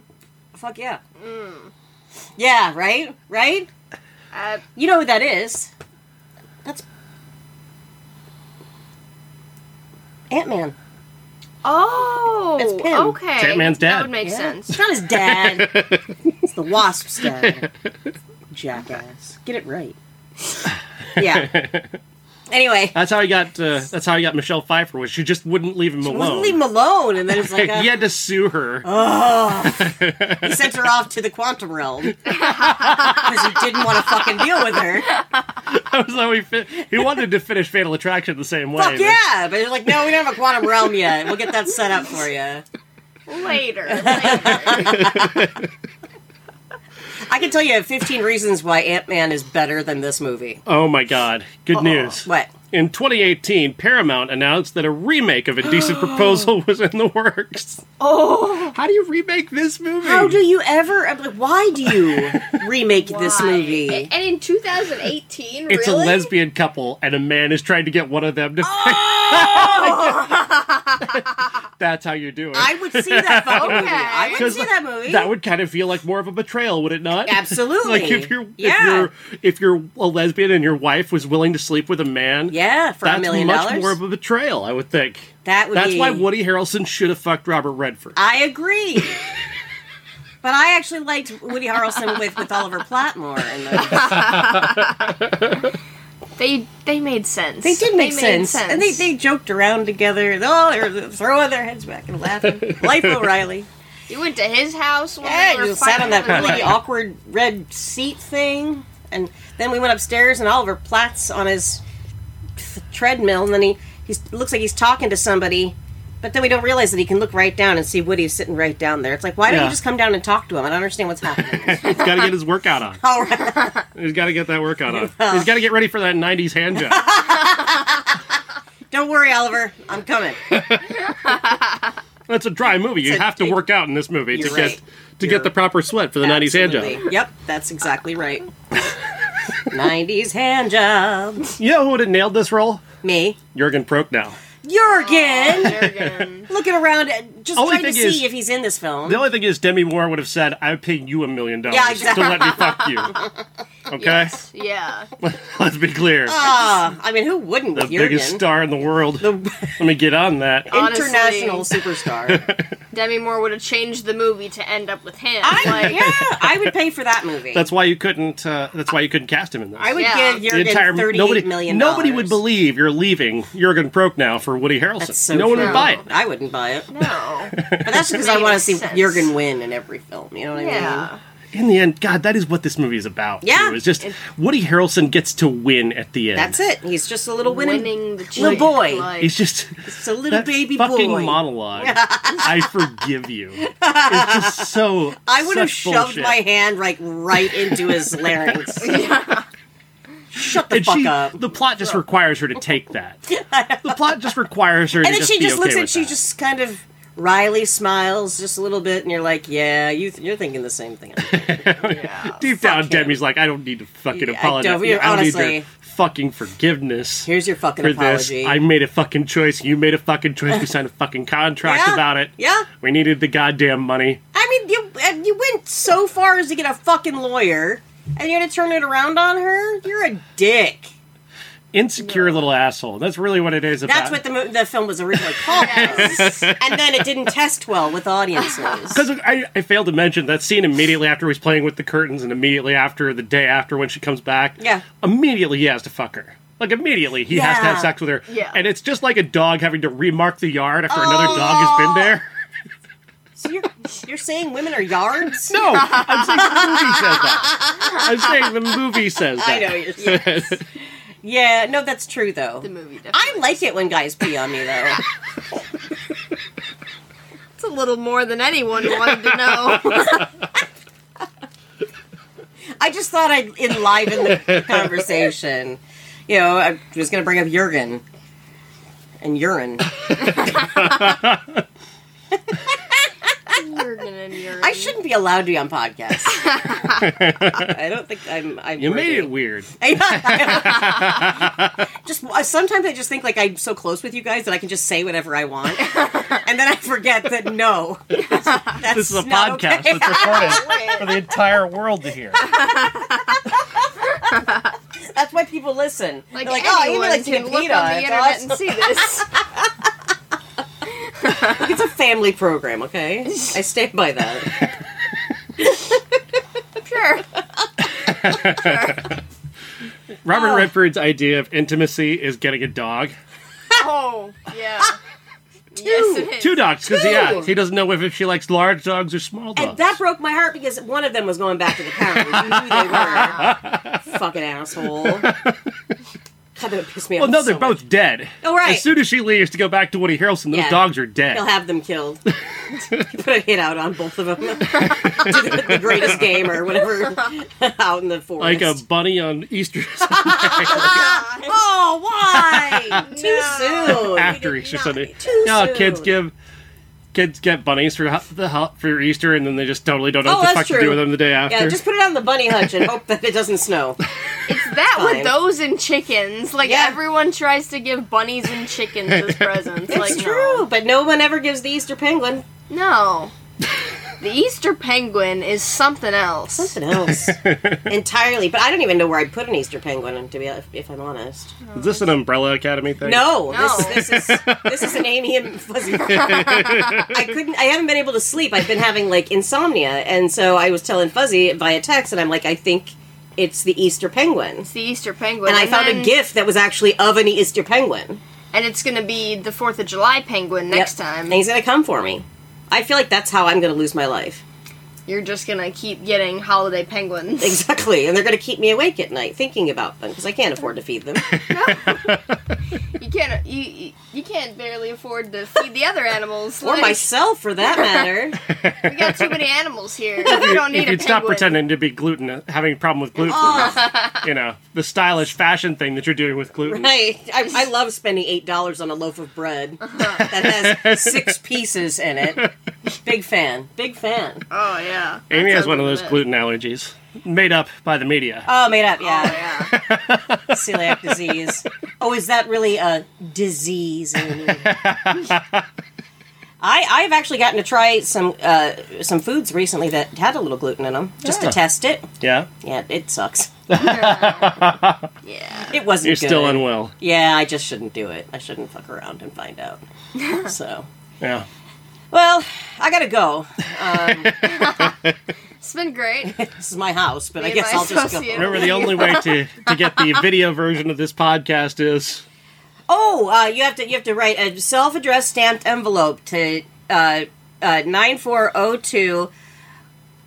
[SPEAKER 2] Fuck yeah. Yeah. Right. Right.
[SPEAKER 3] Uh,
[SPEAKER 2] You know who that is? That's Ant Man.
[SPEAKER 3] oh,
[SPEAKER 2] It's Pim.
[SPEAKER 3] okay.
[SPEAKER 1] It's Ant-Man's dad.
[SPEAKER 3] That would make sense.
[SPEAKER 2] It's not his dad. it's the wasp's dad. Jackass. Get it right. Yeah. Anyway,
[SPEAKER 1] That's how he got. Uh, that's how he got Michelle Pfeiffer. Was she just wouldn't leave him alone?
[SPEAKER 2] wouldn't leave him alone, Oh. and then it's like uh,
[SPEAKER 1] he had to sue her.
[SPEAKER 2] he sent her off to the quantum realm because he didn't want to fucking deal with her.
[SPEAKER 1] so he fi- he wanted to finish Fatal Attraction the same way.
[SPEAKER 2] Fuck
[SPEAKER 1] but-
[SPEAKER 2] yeah! But it's like, no, we don't have a quantum realm yet. We'll get that set up for you.
[SPEAKER 3] Later. later.
[SPEAKER 2] I can tell you 15 reasons why Ant Man is better than this movie.
[SPEAKER 1] Oh my God! Good news.
[SPEAKER 2] What?
[SPEAKER 1] In 2018, Paramount announced that a remake of Indecent Proposal was in the works.
[SPEAKER 3] oh,
[SPEAKER 1] How do you remake this movie?
[SPEAKER 2] How do you ever? I'm like, why do you remake this
[SPEAKER 3] why?
[SPEAKER 2] movie?
[SPEAKER 3] A- And in 2018,
[SPEAKER 1] it's
[SPEAKER 3] really?
[SPEAKER 1] a lesbian couple, and a man is trying to get one of them to. That's how you do it.
[SPEAKER 2] Oh. I would see that fucking movie.
[SPEAKER 3] Okay.
[SPEAKER 2] I would
[SPEAKER 1] 'Cause
[SPEAKER 2] see that movie.
[SPEAKER 1] That would kind of feel like more of a betrayal, would it not?
[SPEAKER 2] Absolutely.
[SPEAKER 1] like if you're
[SPEAKER 2] yeah,
[SPEAKER 1] if you're if you're a lesbian and your wife was willing to sleep with a man,
[SPEAKER 2] yeah, for
[SPEAKER 1] that's
[SPEAKER 2] a million
[SPEAKER 1] much
[SPEAKER 2] dollars.
[SPEAKER 1] more of a betrayal, I would think.
[SPEAKER 2] that would.
[SPEAKER 1] that's
[SPEAKER 2] be,
[SPEAKER 1] why Woody Harrelson should have fucked Robert Redford.
[SPEAKER 2] I agree. but I actually liked Woody Harrelson with with Oliver Platt more. In the,
[SPEAKER 3] They they made sense.
[SPEAKER 2] they did make sense.
[SPEAKER 3] Made sense.
[SPEAKER 2] and they they joked around together. Oh, they're throwing their heads back and laughing. Life O'Reilly.
[SPEAKER 3] you went to his house. When
[SPEAKER 2] Yeah,
[SPEAKER 3] we were
[SPEAKER 2] you sat on that
[SPEAKER 3] finally-
[SPEAKER 2] really awkward red seat thing, and then we went upstairs, and Oliver Platt's on his f- treadmill, and then he he's, looks like he's talking to somebody, but then we don't realize that he can look right down and see Woody's sitting right down there. It's like, why don't
[SPEAKER 1] Yeah.
[SPEAKER 2] you just come down and talk to him? I don't understand what's happening.
[SPEAKER 1] He's got to get his workout on.
[SPEAKER 2] All right.
[SPEAKER 1] He's got to get that workout on. He's got to get ready for that '90s hand job.
[SPEAKER 2] Don't worry, Oliver. I'm coming.
[SPEAKER 1] That's a dry movie. You
[SPEAKER 2] It's a
[SPEAKER 1] have to
[SPEAKER 2] big-
[SPEAKER 1] work out in this movie to
[SPEAKER 2] You're
[SPEAKER 1] get
[SPEAKER 2] right.
[SPEAKER 1] to
[SPEAKER 2] You're
[SPEAKER 1] get the proper sweat for the '90s hand job.
[SPEAKER 2] Absolutely. Yep, that's exactly right. 90s hand job.
[SPEAKER 1] You know who would have nailed this role?
[SPEAKER 2] Me.
[SPEAKER 1] Jurgen Prochnow.
[SPEAKER 2] Jorgen!
[SPEAKER 3] Jurgen.
[SPEAKER 2] Looking around, at- just
[SPEAKER 1] Only
[SPEAKER 2] trying to
[SPEAKER 1] thing is-
[SPEAKER 2] see if he's in this film.
[SPEAKER 1] The only thing is, Demi Moore would have said, "I'm paying you a million dollars
[SPEAKER 2] Yeah, exactly.
[SPEAKER 1] to let me fuck you." Okay,
[SPEAKER 3] Yes. Yeah.
[SPEAKER 1] let's be clear.
[SPEAKER 2] Ah, I mean, who wouldn't
[SPEAKER 1] the
[SPEAKER 2] with Jurgen?
[SPEAKER 1] biggest star in the world. let me get on that.
[SPEAKER 3] Honestly.
[SPEAKER 2] International superstar.
[SPEAKER 3] Demi Moore would have changed the movie to end up with him.
[SPEAKER 2] I,
[SPEAKER 3] like,
[SPEAKER 2] yeah, I would pay for that movie.
[SPEAKER 1] That's why you couldn't. Uh, that's why you couldn't cast him in this.
[SPEAKER 2] I would
[SPEAKER 3] Yeah.
[SPEAKER 2] give
[SPEAKER 1] the
[SPEAKER 2] Jurgen
[SPEAKER 1] entire
[SPEAKER 2] thirty-eight
[SPEAKER 1] nobody
[SPEAKER 2] million dollars.
[SPEAKER 1] nobody would believe you're leaving Jurgen Prochnow for Woody Harrelson.
[SPEAKER 2] That's so
[SPEAKER 1] no one
[SPEAKER 2] true.
[SPEAKER 1] would buy it.
[SPEAKER 2] I wouldn't buy it.
[SPEAKER 3] No.
[SPEAKER 2] But that's because I
[SPEAKER 3] Makes
[SPEAKER 2] want to see
[SPEAKER 3] sense.
[SPEAKER 2] Jurgen win in every film. You know what I mean?
[SPEAKER 3] Yeah.
[SPEAKER 1] In the end, God, that is what this movie is about.
[SPEAKER 2] Yeah.
[SPEAKER 1] it's just Woody Harrelson gets to win at the end.
[SPEAKER 2] That's it. He's just a little winning,
[SPEAKER 3] Winning the
[SPEAKER 2] little boy.
[SPEAKER 3] Like,
[SPEAKER 1] He's just
[SPEAKER 2] It's a little
[SPEAKER 1] that
[SPEAKER 2] baby
[SPEAKER 1] fucking
[SPEAKER 2] boy.
[SPEAKER 1] monologue. I forgive you. It's just so.
[SPEAKER 2] I would have
[SPEAKER 1] such
[SPEAKER 2] shoved
[SPEAKER 1] bullshit.
[SPEAKER 2] my hand like right into his larynx. Shut the
[SPEAKER 1] And
[SPEAKER 2] fuck
[SPEAKER 1] she,
[SPEAKER 2] up.
[SPEAKER 1] the plot just requires her to take that. The plot just requires her.
[SPEAKER 2] and
[SPEAKER 1] to
[SPEAKER 2] then she
[SPEAKER 1] be
[SPEAKER 2] just
[SPEAKER 1] okay
[SPEAKER 2] looks
[SPEAKER 1] with
[SPEAKER 2] at she
[SPEAKER 1] that.
[SPEAKER 2] just kind of wryly smiles just a little bit, and you're like, yeah, you th- you're thinking the same thing. I'm
[SPEAKER 3] yeah.
[SPEAKER 1] Deep down,
[SPEAKER 2] him.
[SPEAKER 1] Demi's like, I don't need to fucking
[SPEAKER 2] Yeah, I
[SPEAKER 1] apologize.
[SPEAKER 2] don't- you're-
[SPEAKER 1] need
[SPEAKER 2] honestly.
[SPEAKER 1] your fucking forgiveness
[SPEAKER 2] Here's your fucking
[SPEAKER 1] for
[SPEAKER 2] apology.
[SPEAKER 1] this. I made a fucking choice. You made a fucking choice. We signed a fucking contract
[SPEAKER 2] Yeah,
[SPEAKER 1] about it.
[SPEAKER 2] yeah.
[SPEAKER 1] We needed the goddamn money.
[SPEAKER 2] I mean, you uh, you went so far as to get a fucking lawyer, and you're gonna turn it around on her? You're a dick.
[SPEAKER 1] Insecure little asshole. That's really what it is about.
[SPEAKER 2] That's what the mo- the film was originally called, and then it didn't test well with audiences.
[SPEAKER 1] Because I, I failed to mention that scene immediately after he's playing with the curtains and immediately after the day after when she comes back.
[SPEAKER 2] Yeah.
[SPEAKER 1] Immediately he has to fuck her. Like immediately, he has to have
[SPEAKER 2] Yeah.
[SPEAKER 1] sex with her,
[SPEAKER 3] Yeah.
[SPEAKER 1] and it's just like a dog having to remark the yard after another dog has been there.
[SPEAKER 2] So you're you're saying women are yards?
[SPEAKER 1] No, I'm saying the movie says that. I'm saying the movie says that.
[SPEAKER 2] I know you're. Yes. yeah, no, that's true though.
[SPEAKER 3] The movie. Definitely.
[SPEAKER 2] I like it when guys pee on me though.
[SPEAKER 3] It's a little more than anyone wanted to know.
[SPEAKER 2] I just thought I'd enliven the conversation. You know, I was going to bring up Jurgen and urine.
[SPEAKER 3] Urine and urine.
[SPEAKER 2] I shouldn't be allowed to be on podcasts. I don't think I'm. I'm
[SPEAKER 1] You made it
[SPEAKER 2] worthy.
[SPEAKER 1] weird.
[SPEAKER 2] just I- sometimes I just think like I'm so close with you guys that I can just say whatever I want, and then I forget that no, that's
[SPEAKER 1] This is a
[SPEAKER 2] not
[SPEAKER 1] podcast
[SPEAKER 2] okay.
[SPEAKER 1] that's recorded for the entire world to hear.
[SPEAKER 2] That's why people listen.
[SPEAKER 3] Like,
[SPEAKER 2] They're like, oh, you
[SPEAKER 3] anyone
[SPEAKER 2] mean like
[SPEAKER 3] can look on
[SPEAKER 2] Timpita?
[SPEAKER 3] the
[SPEAKER 2] It's
[SPEAKER 3] internet
[SPEAKER 2] awesome."
[SPEAKER 3] and see this.
[SPEAKER 2] It's a family program, okay? I stand by that.
[SPEAKER 3] sure.
[SPEAKER 1] Robert
[SPEAKER 2] Oh.
[SPEAKER 1] Redford's idea of intimacy is getting a dog.
[SPEAKER 3] Oh, yeah. Yes, it is.
[SPEAKER 1] Two dogs, because yeah,
[SPEAKER 2] Two.
[SPEAKER 1] he doesn't know if, if she likes large dogs or small dogs.
[SPEAKER 2] And that broke my heart because one of them was going back to the pound. You knew they were. Fucking asshole. God, that pissed me off.
[SPEAKER 1] well, no, they're
[SPEAKER 2] so much.
[SPEAKER 1] both dead.
[SPEAKER 2] Oh, right.
[SPEAKER 1] As soon as she leaves to go back to Woody Harrelson, those
[SPEAKER 2] Yeah.
[SPEAKER 1] dogs are dead.
[SPEAKER 2] He'll have them killed. Put a hit out on both of them. To the, the greatest game or whatever out in the
[SPEAKER 1] like
[SPEAKER 2] forest.
[SPEAKER 1] a bunny on Easter
[SPEAKER 2] oh, why? Too soon.
[SPEAKER 1] after Easter Sunday.
[SPEAKER 2] Too
[SPEAKER 1] No,
[SPEAKER 2] soon.
[SPEAKER 1] kids give kids get bunnies for ho- the ho- for Easter, and then they just totally don't know
[SPEAKER 2] Oh,
[SPEAKER 1] what the fuck
[SPEAKER 2] that's
[SPEAKER 1] to do
[SPEAKER 2] true.
[SPEAKER 1] with them the day after.
[SPEAKER 2] Yeah, just put it on the bunny hunch and hope that it doesn't snow.
[SPEAKER 3] It's that
[SPEAKER 2] Fine.
[SPEAKER 3] with those and chickens. Like,
[SPEAKER 2] Yeah.
[SPEAKER 3] everyone tries to give bunnies and chickens as presents.
[SPEAKER 2] It's
[SPEAKER 3] like,
[SPEAKER 2] true, but no one ever gives the Easter penguin.
[SPEAKER 3] No. no. the Easter penguin is something else.
[SPEAKER 2] Something else entirely. But I don't even know where I'd put an Easter penguin. To be, if, if I'm honest,
[SPEAKER 1] is this an Umbrella Academy thing?
[SPEAKER 2] no.
[SPEAKER 3] No.
[SPEAKER 2] This, this is this is an Amy and Fuzzy. I couldn't. I haven't been able to sleep. I've been having like insomnia, and so I was telling Fuzzy via text, and I'm like, I think it's the Easter penguin.
[SPEAKER 3] It's the Easter penguin.
[SPEAKER 2] And I found
[SPEAKER 3] then-
[SPEAKER 2] a gift that was actually of an Easter penguin.
[SPEAKER 3] And it's going to be the 4th of July penguin next
[SPEAKER 2] Yep.
[SPEAKER 3] time.
[SPEAKER 2] and he's gonna come for me. I feel like that's how I'm gonna lose my life.
[SPEAKER 3] You're just going to keep getting holiday penguins.
[SPEAKER 2] Exactly, and they're going to keep me awake at night thinking about them because I can't afford to feed them.
[SPEAKER 3] You can't you- you you can't barely afford to feed the other animals.
[SPEAKER 2] or
[SPEAKER 3] like,
[SPEAKER 2] myself for that matter.
[SPEAKER 3] We got too many animals here. We don't need
[SPEAKER 1] if
[SPEAKER 3] a
[SPEAKER 1] you'd stop
[SPEAKER 3] penguin.
[SPEAKER 1] pretending to be gluten, having a problem with gluten,
[SPEAKER 2] Oh.
[SPEAKER 1] you know the stylish fashion thing that you're doing with gluten.
[SPEAKER 2] Hey, I, I love spending eight dollars on a loaf of bread
[SPEAKER 1] Uh-huh.
[SPEAKER 2] that has six pieces in it. Big fan, big fan.
[SPEAKER 3] Oh yeah.
[SPEAKER 1] Amy
[SPEAKER 3] That
[SPEAKER 1] has one of
[SPEAKER 3] sounds
[SPEAKER 1] those
[SPEAKER 3] good.
[SPEAKER 1] gluten allergies made up by the media.
[SPEAKER 2] Oh, made up, yeah.
[SPEAKER 3] Oh yeah.
[SPEAKER 2] Celiac disease. Oh, is that really a disease? Amy? I I've actually gotten to try some uh, some foods recently that had a little gluten in them just
[SPEAKER 1] Yeah.
[SPEAKER 2] to test it.
[SPEAKER 1] yeah,
[SPEAKER 2] Yeah, it sucks.
[SPEAKER 3] yeah.
[SPEAKER 2] It wasn't.
[SPEAKER 1] you're still
[SPEAKER 2] good.
[SPEAKER 1] unwell.
[SPEAKER 2] Yeah, I just shouldn't do it. I shouldn't fuck around and find out. so,
[SPEAKER 1] Yeah.
[SPEAKER 2] well, I gotta go.
[SPEAKER 3] It's been great.
[SPEAKER 2] This is my house, but I
[SPEAKER 3] Me and
[SPEAKER 2] guess
[SPEAKER 3] my
[SPEAKER 2] I'll just go.
[SPEAKER 3] associate.
[SPEAKER 1] Remember, the only way to, to get the video version of this podcast is
[SPEAKER 2] Oh, uh, you have to you have to write a self-addressed stamped envelope to uh, uh, nine four zero two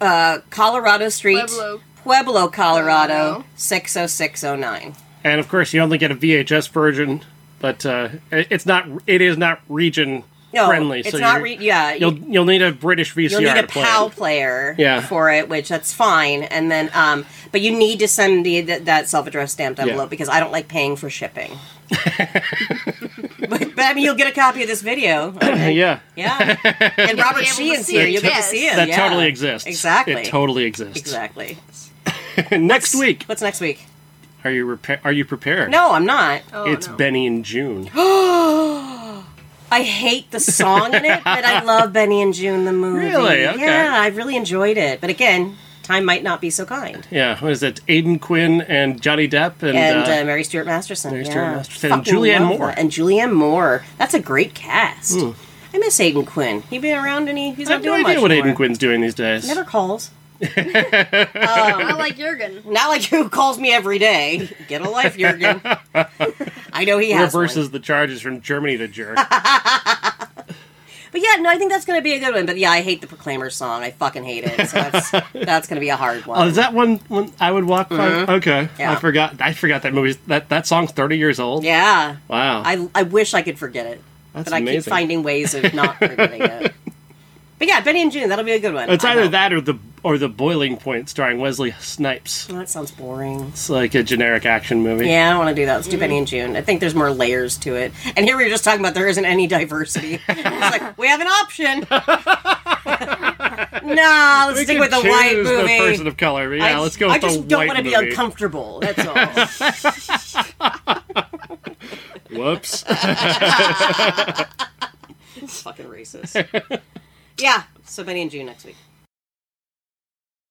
[SPEAKER 2] uh, Colorado Street,
[SPEAKER 3] Pueblo.
[SPEAKER 2] Pueblo, Colorado
[SPEAKER 3] Colorado.
[SPEAKER 2] six zero six zero nine.
[SPEAKER 1] and of course you only get a VHS version, but uh, it- it's not it is not region
[SPEAKER 2] No,
[SPEAKER 1] friendly.
[SPEAKER 2] it's
[SPEAKER 1] so
[SPEAKER 2] not.
[SPEAKER 1] you're-
[SPEAKER 2] Re- yeah, you-
[SPEAKER 1] you'll you'll need a British VCR.
[SPEAKER 2] You'll need a
[SPEAKER 1] to play
[SPEAKER 2] PAL
[SPEAKER 1] it.
[SPEAKER 2] player
[SPEAKER 1] Yeah.
[SPEAKER 2] for it, which that's fine. And then, um, but you need to send the, that, that self-addressed stamped envelope because I don't like paying for shipping. but, but I mean, you'll get a copy of this video. Okay.
[SPEAKER 1] Yeah,
[SPEAKER 2] yeah. And Robert
[SPEAKER 3] able to
[SPEAKER 2] Sheehan's
[SPEAKER 3] see
[SPEAKER 2] here.
[SPEAKER 3] it,
[SPEAKER 2] You'll get to
[SPEAKER 3] yes.
[SPEAKER 2] see him.
[SPEAKER 1] that
[SPEAKER 2] yeah.
[SPEAKER 1] totally exists.
[SPEAKER 2] Exactly.
[SPEAKER 1] it totally exists.
[SPEAKER 2] Exactly.
[SPEAKER 1] Next week,
[SPEAKER 2] What's next week?
[SPEAKER 1] are you repa- are you prepared?
[SPEAKER 2] No, I'm not.
[SPEAKER 3] Oh,
[SPEAKER 1] it's
[SPEAKER 3] no.
[SPEAKER 1] Benny and June.
[SPEAKER 2] I hate the song in it, but I love Benny and June the movie.
[SPEAKER 1] Really? Okay.
[SPEAKER 2] Yeah, I really enjoyed it. But again, time might not be so kind.
[SPEAKER 1] yeah, what is it? Aidan Quinn and Johnny Depp and,
[SPEAKER 2] and
[SPEAKER 1] uh,
[SPEAKER 2] uh, Mary Stuart Masterson.
[SPEAKER 1] Mary
[SPEAKER 2] yeah.
[SPEAKER 1] Stuart Masterson and
[SPEAKER 2] Fucking
[SPEAKER 1] Julianne
[SPEAKER 2] love
[SPEAKER 1] Moore. Hmm.
[SPEAKER 2] that. And Julianne Moore. That's a great cast. I miss Aidan Quinn. He been around and he, he's
[SPEAKER 1] I
[SPEAKER 2] not
[SPEAKER 1] have no
[SPEAKER 2] doing
[SPEAKER 1] idea
[SPEAKER 2] much
[SPEAKER 1] what
[SPEAKER 2] more.
[SPEAKER 1] Aidan Quinn's doing these days.
[SPEAKER 2] Never calls.
[SPEAKER 3] Not like Jurgen.
[SPEAKER 2] Not like who calls me every day. Get a life, Jurgen. I know he has. one.
[SPEAKER 1] Reverses the charges from Germany to jerk.
[SPEAKER 2] But yeah, no, I think that's going to be a good one. But yeah, I hate the Proclaimer song. I fucking hate it. So that's that's going to be a hard one.
[SPEAKER 1] Oh, is that one when I would walk by? Okay,
[SPEAKER 2] Yeah.
[SPEAKER 1] I forgot. I forgot that movie. That that song's thirty years old.
[SPEAKER 2] yeah.
[SPEAKER 1] Wow.
[SPEAKER 2] I I wish I could forget it,
[SPEAKER 1] That's
[SPEAKER 2] but I keep
[SPEAKER 1] amazing.
[SPEAKER 2] finding ways of not forgetting it. But yeah, Benny and June, that'll be a good one.
[SPEAKER 1] it's
[SPEAKER 2] I
[SPEAKER 1] either
[SPEAKER 2] know.
[SPEAKER 1] that or the or the Boiling Point starring Wesley Snipes.
[SPEAKER 2] Oh, that sounds boring.
[SPEAKER 1] It's like a generic action movie.
[SPEAKER 2] Yeah, I don't want to do that. Let's do Benny and June. I think there's more layers to it. And here we were just talking about there isn't any diversity. it's like we have an option. nah, let's
[SPEAKER 1] We
[SPEAKER 2] stick
[SPEAKER 1] can
[SPEAKER 2] with the white
[SPEAKER 1] choose The
[SPEAKER 2] movie.
[SPEAKER 1] person of color. but Yeah,
[SPEAKER 2] I,
[SPEAKER 1] let's go.
[SPEAKER 2] I
[SPEAKER 1] with
[SPEAKER 2] just
[SPEAKER 1] the
[SPEAKER 2] don't
[SPEAKER 1] white
[SPEAKER 2] want to be
[SPEAKER 1] movie.
[SPEAKER 2] uncomfortable. That's all.
[SPEAKER 1] Whoops.
[SPEAKER 2] It's fucking racist. yeah. So Benny and June next week.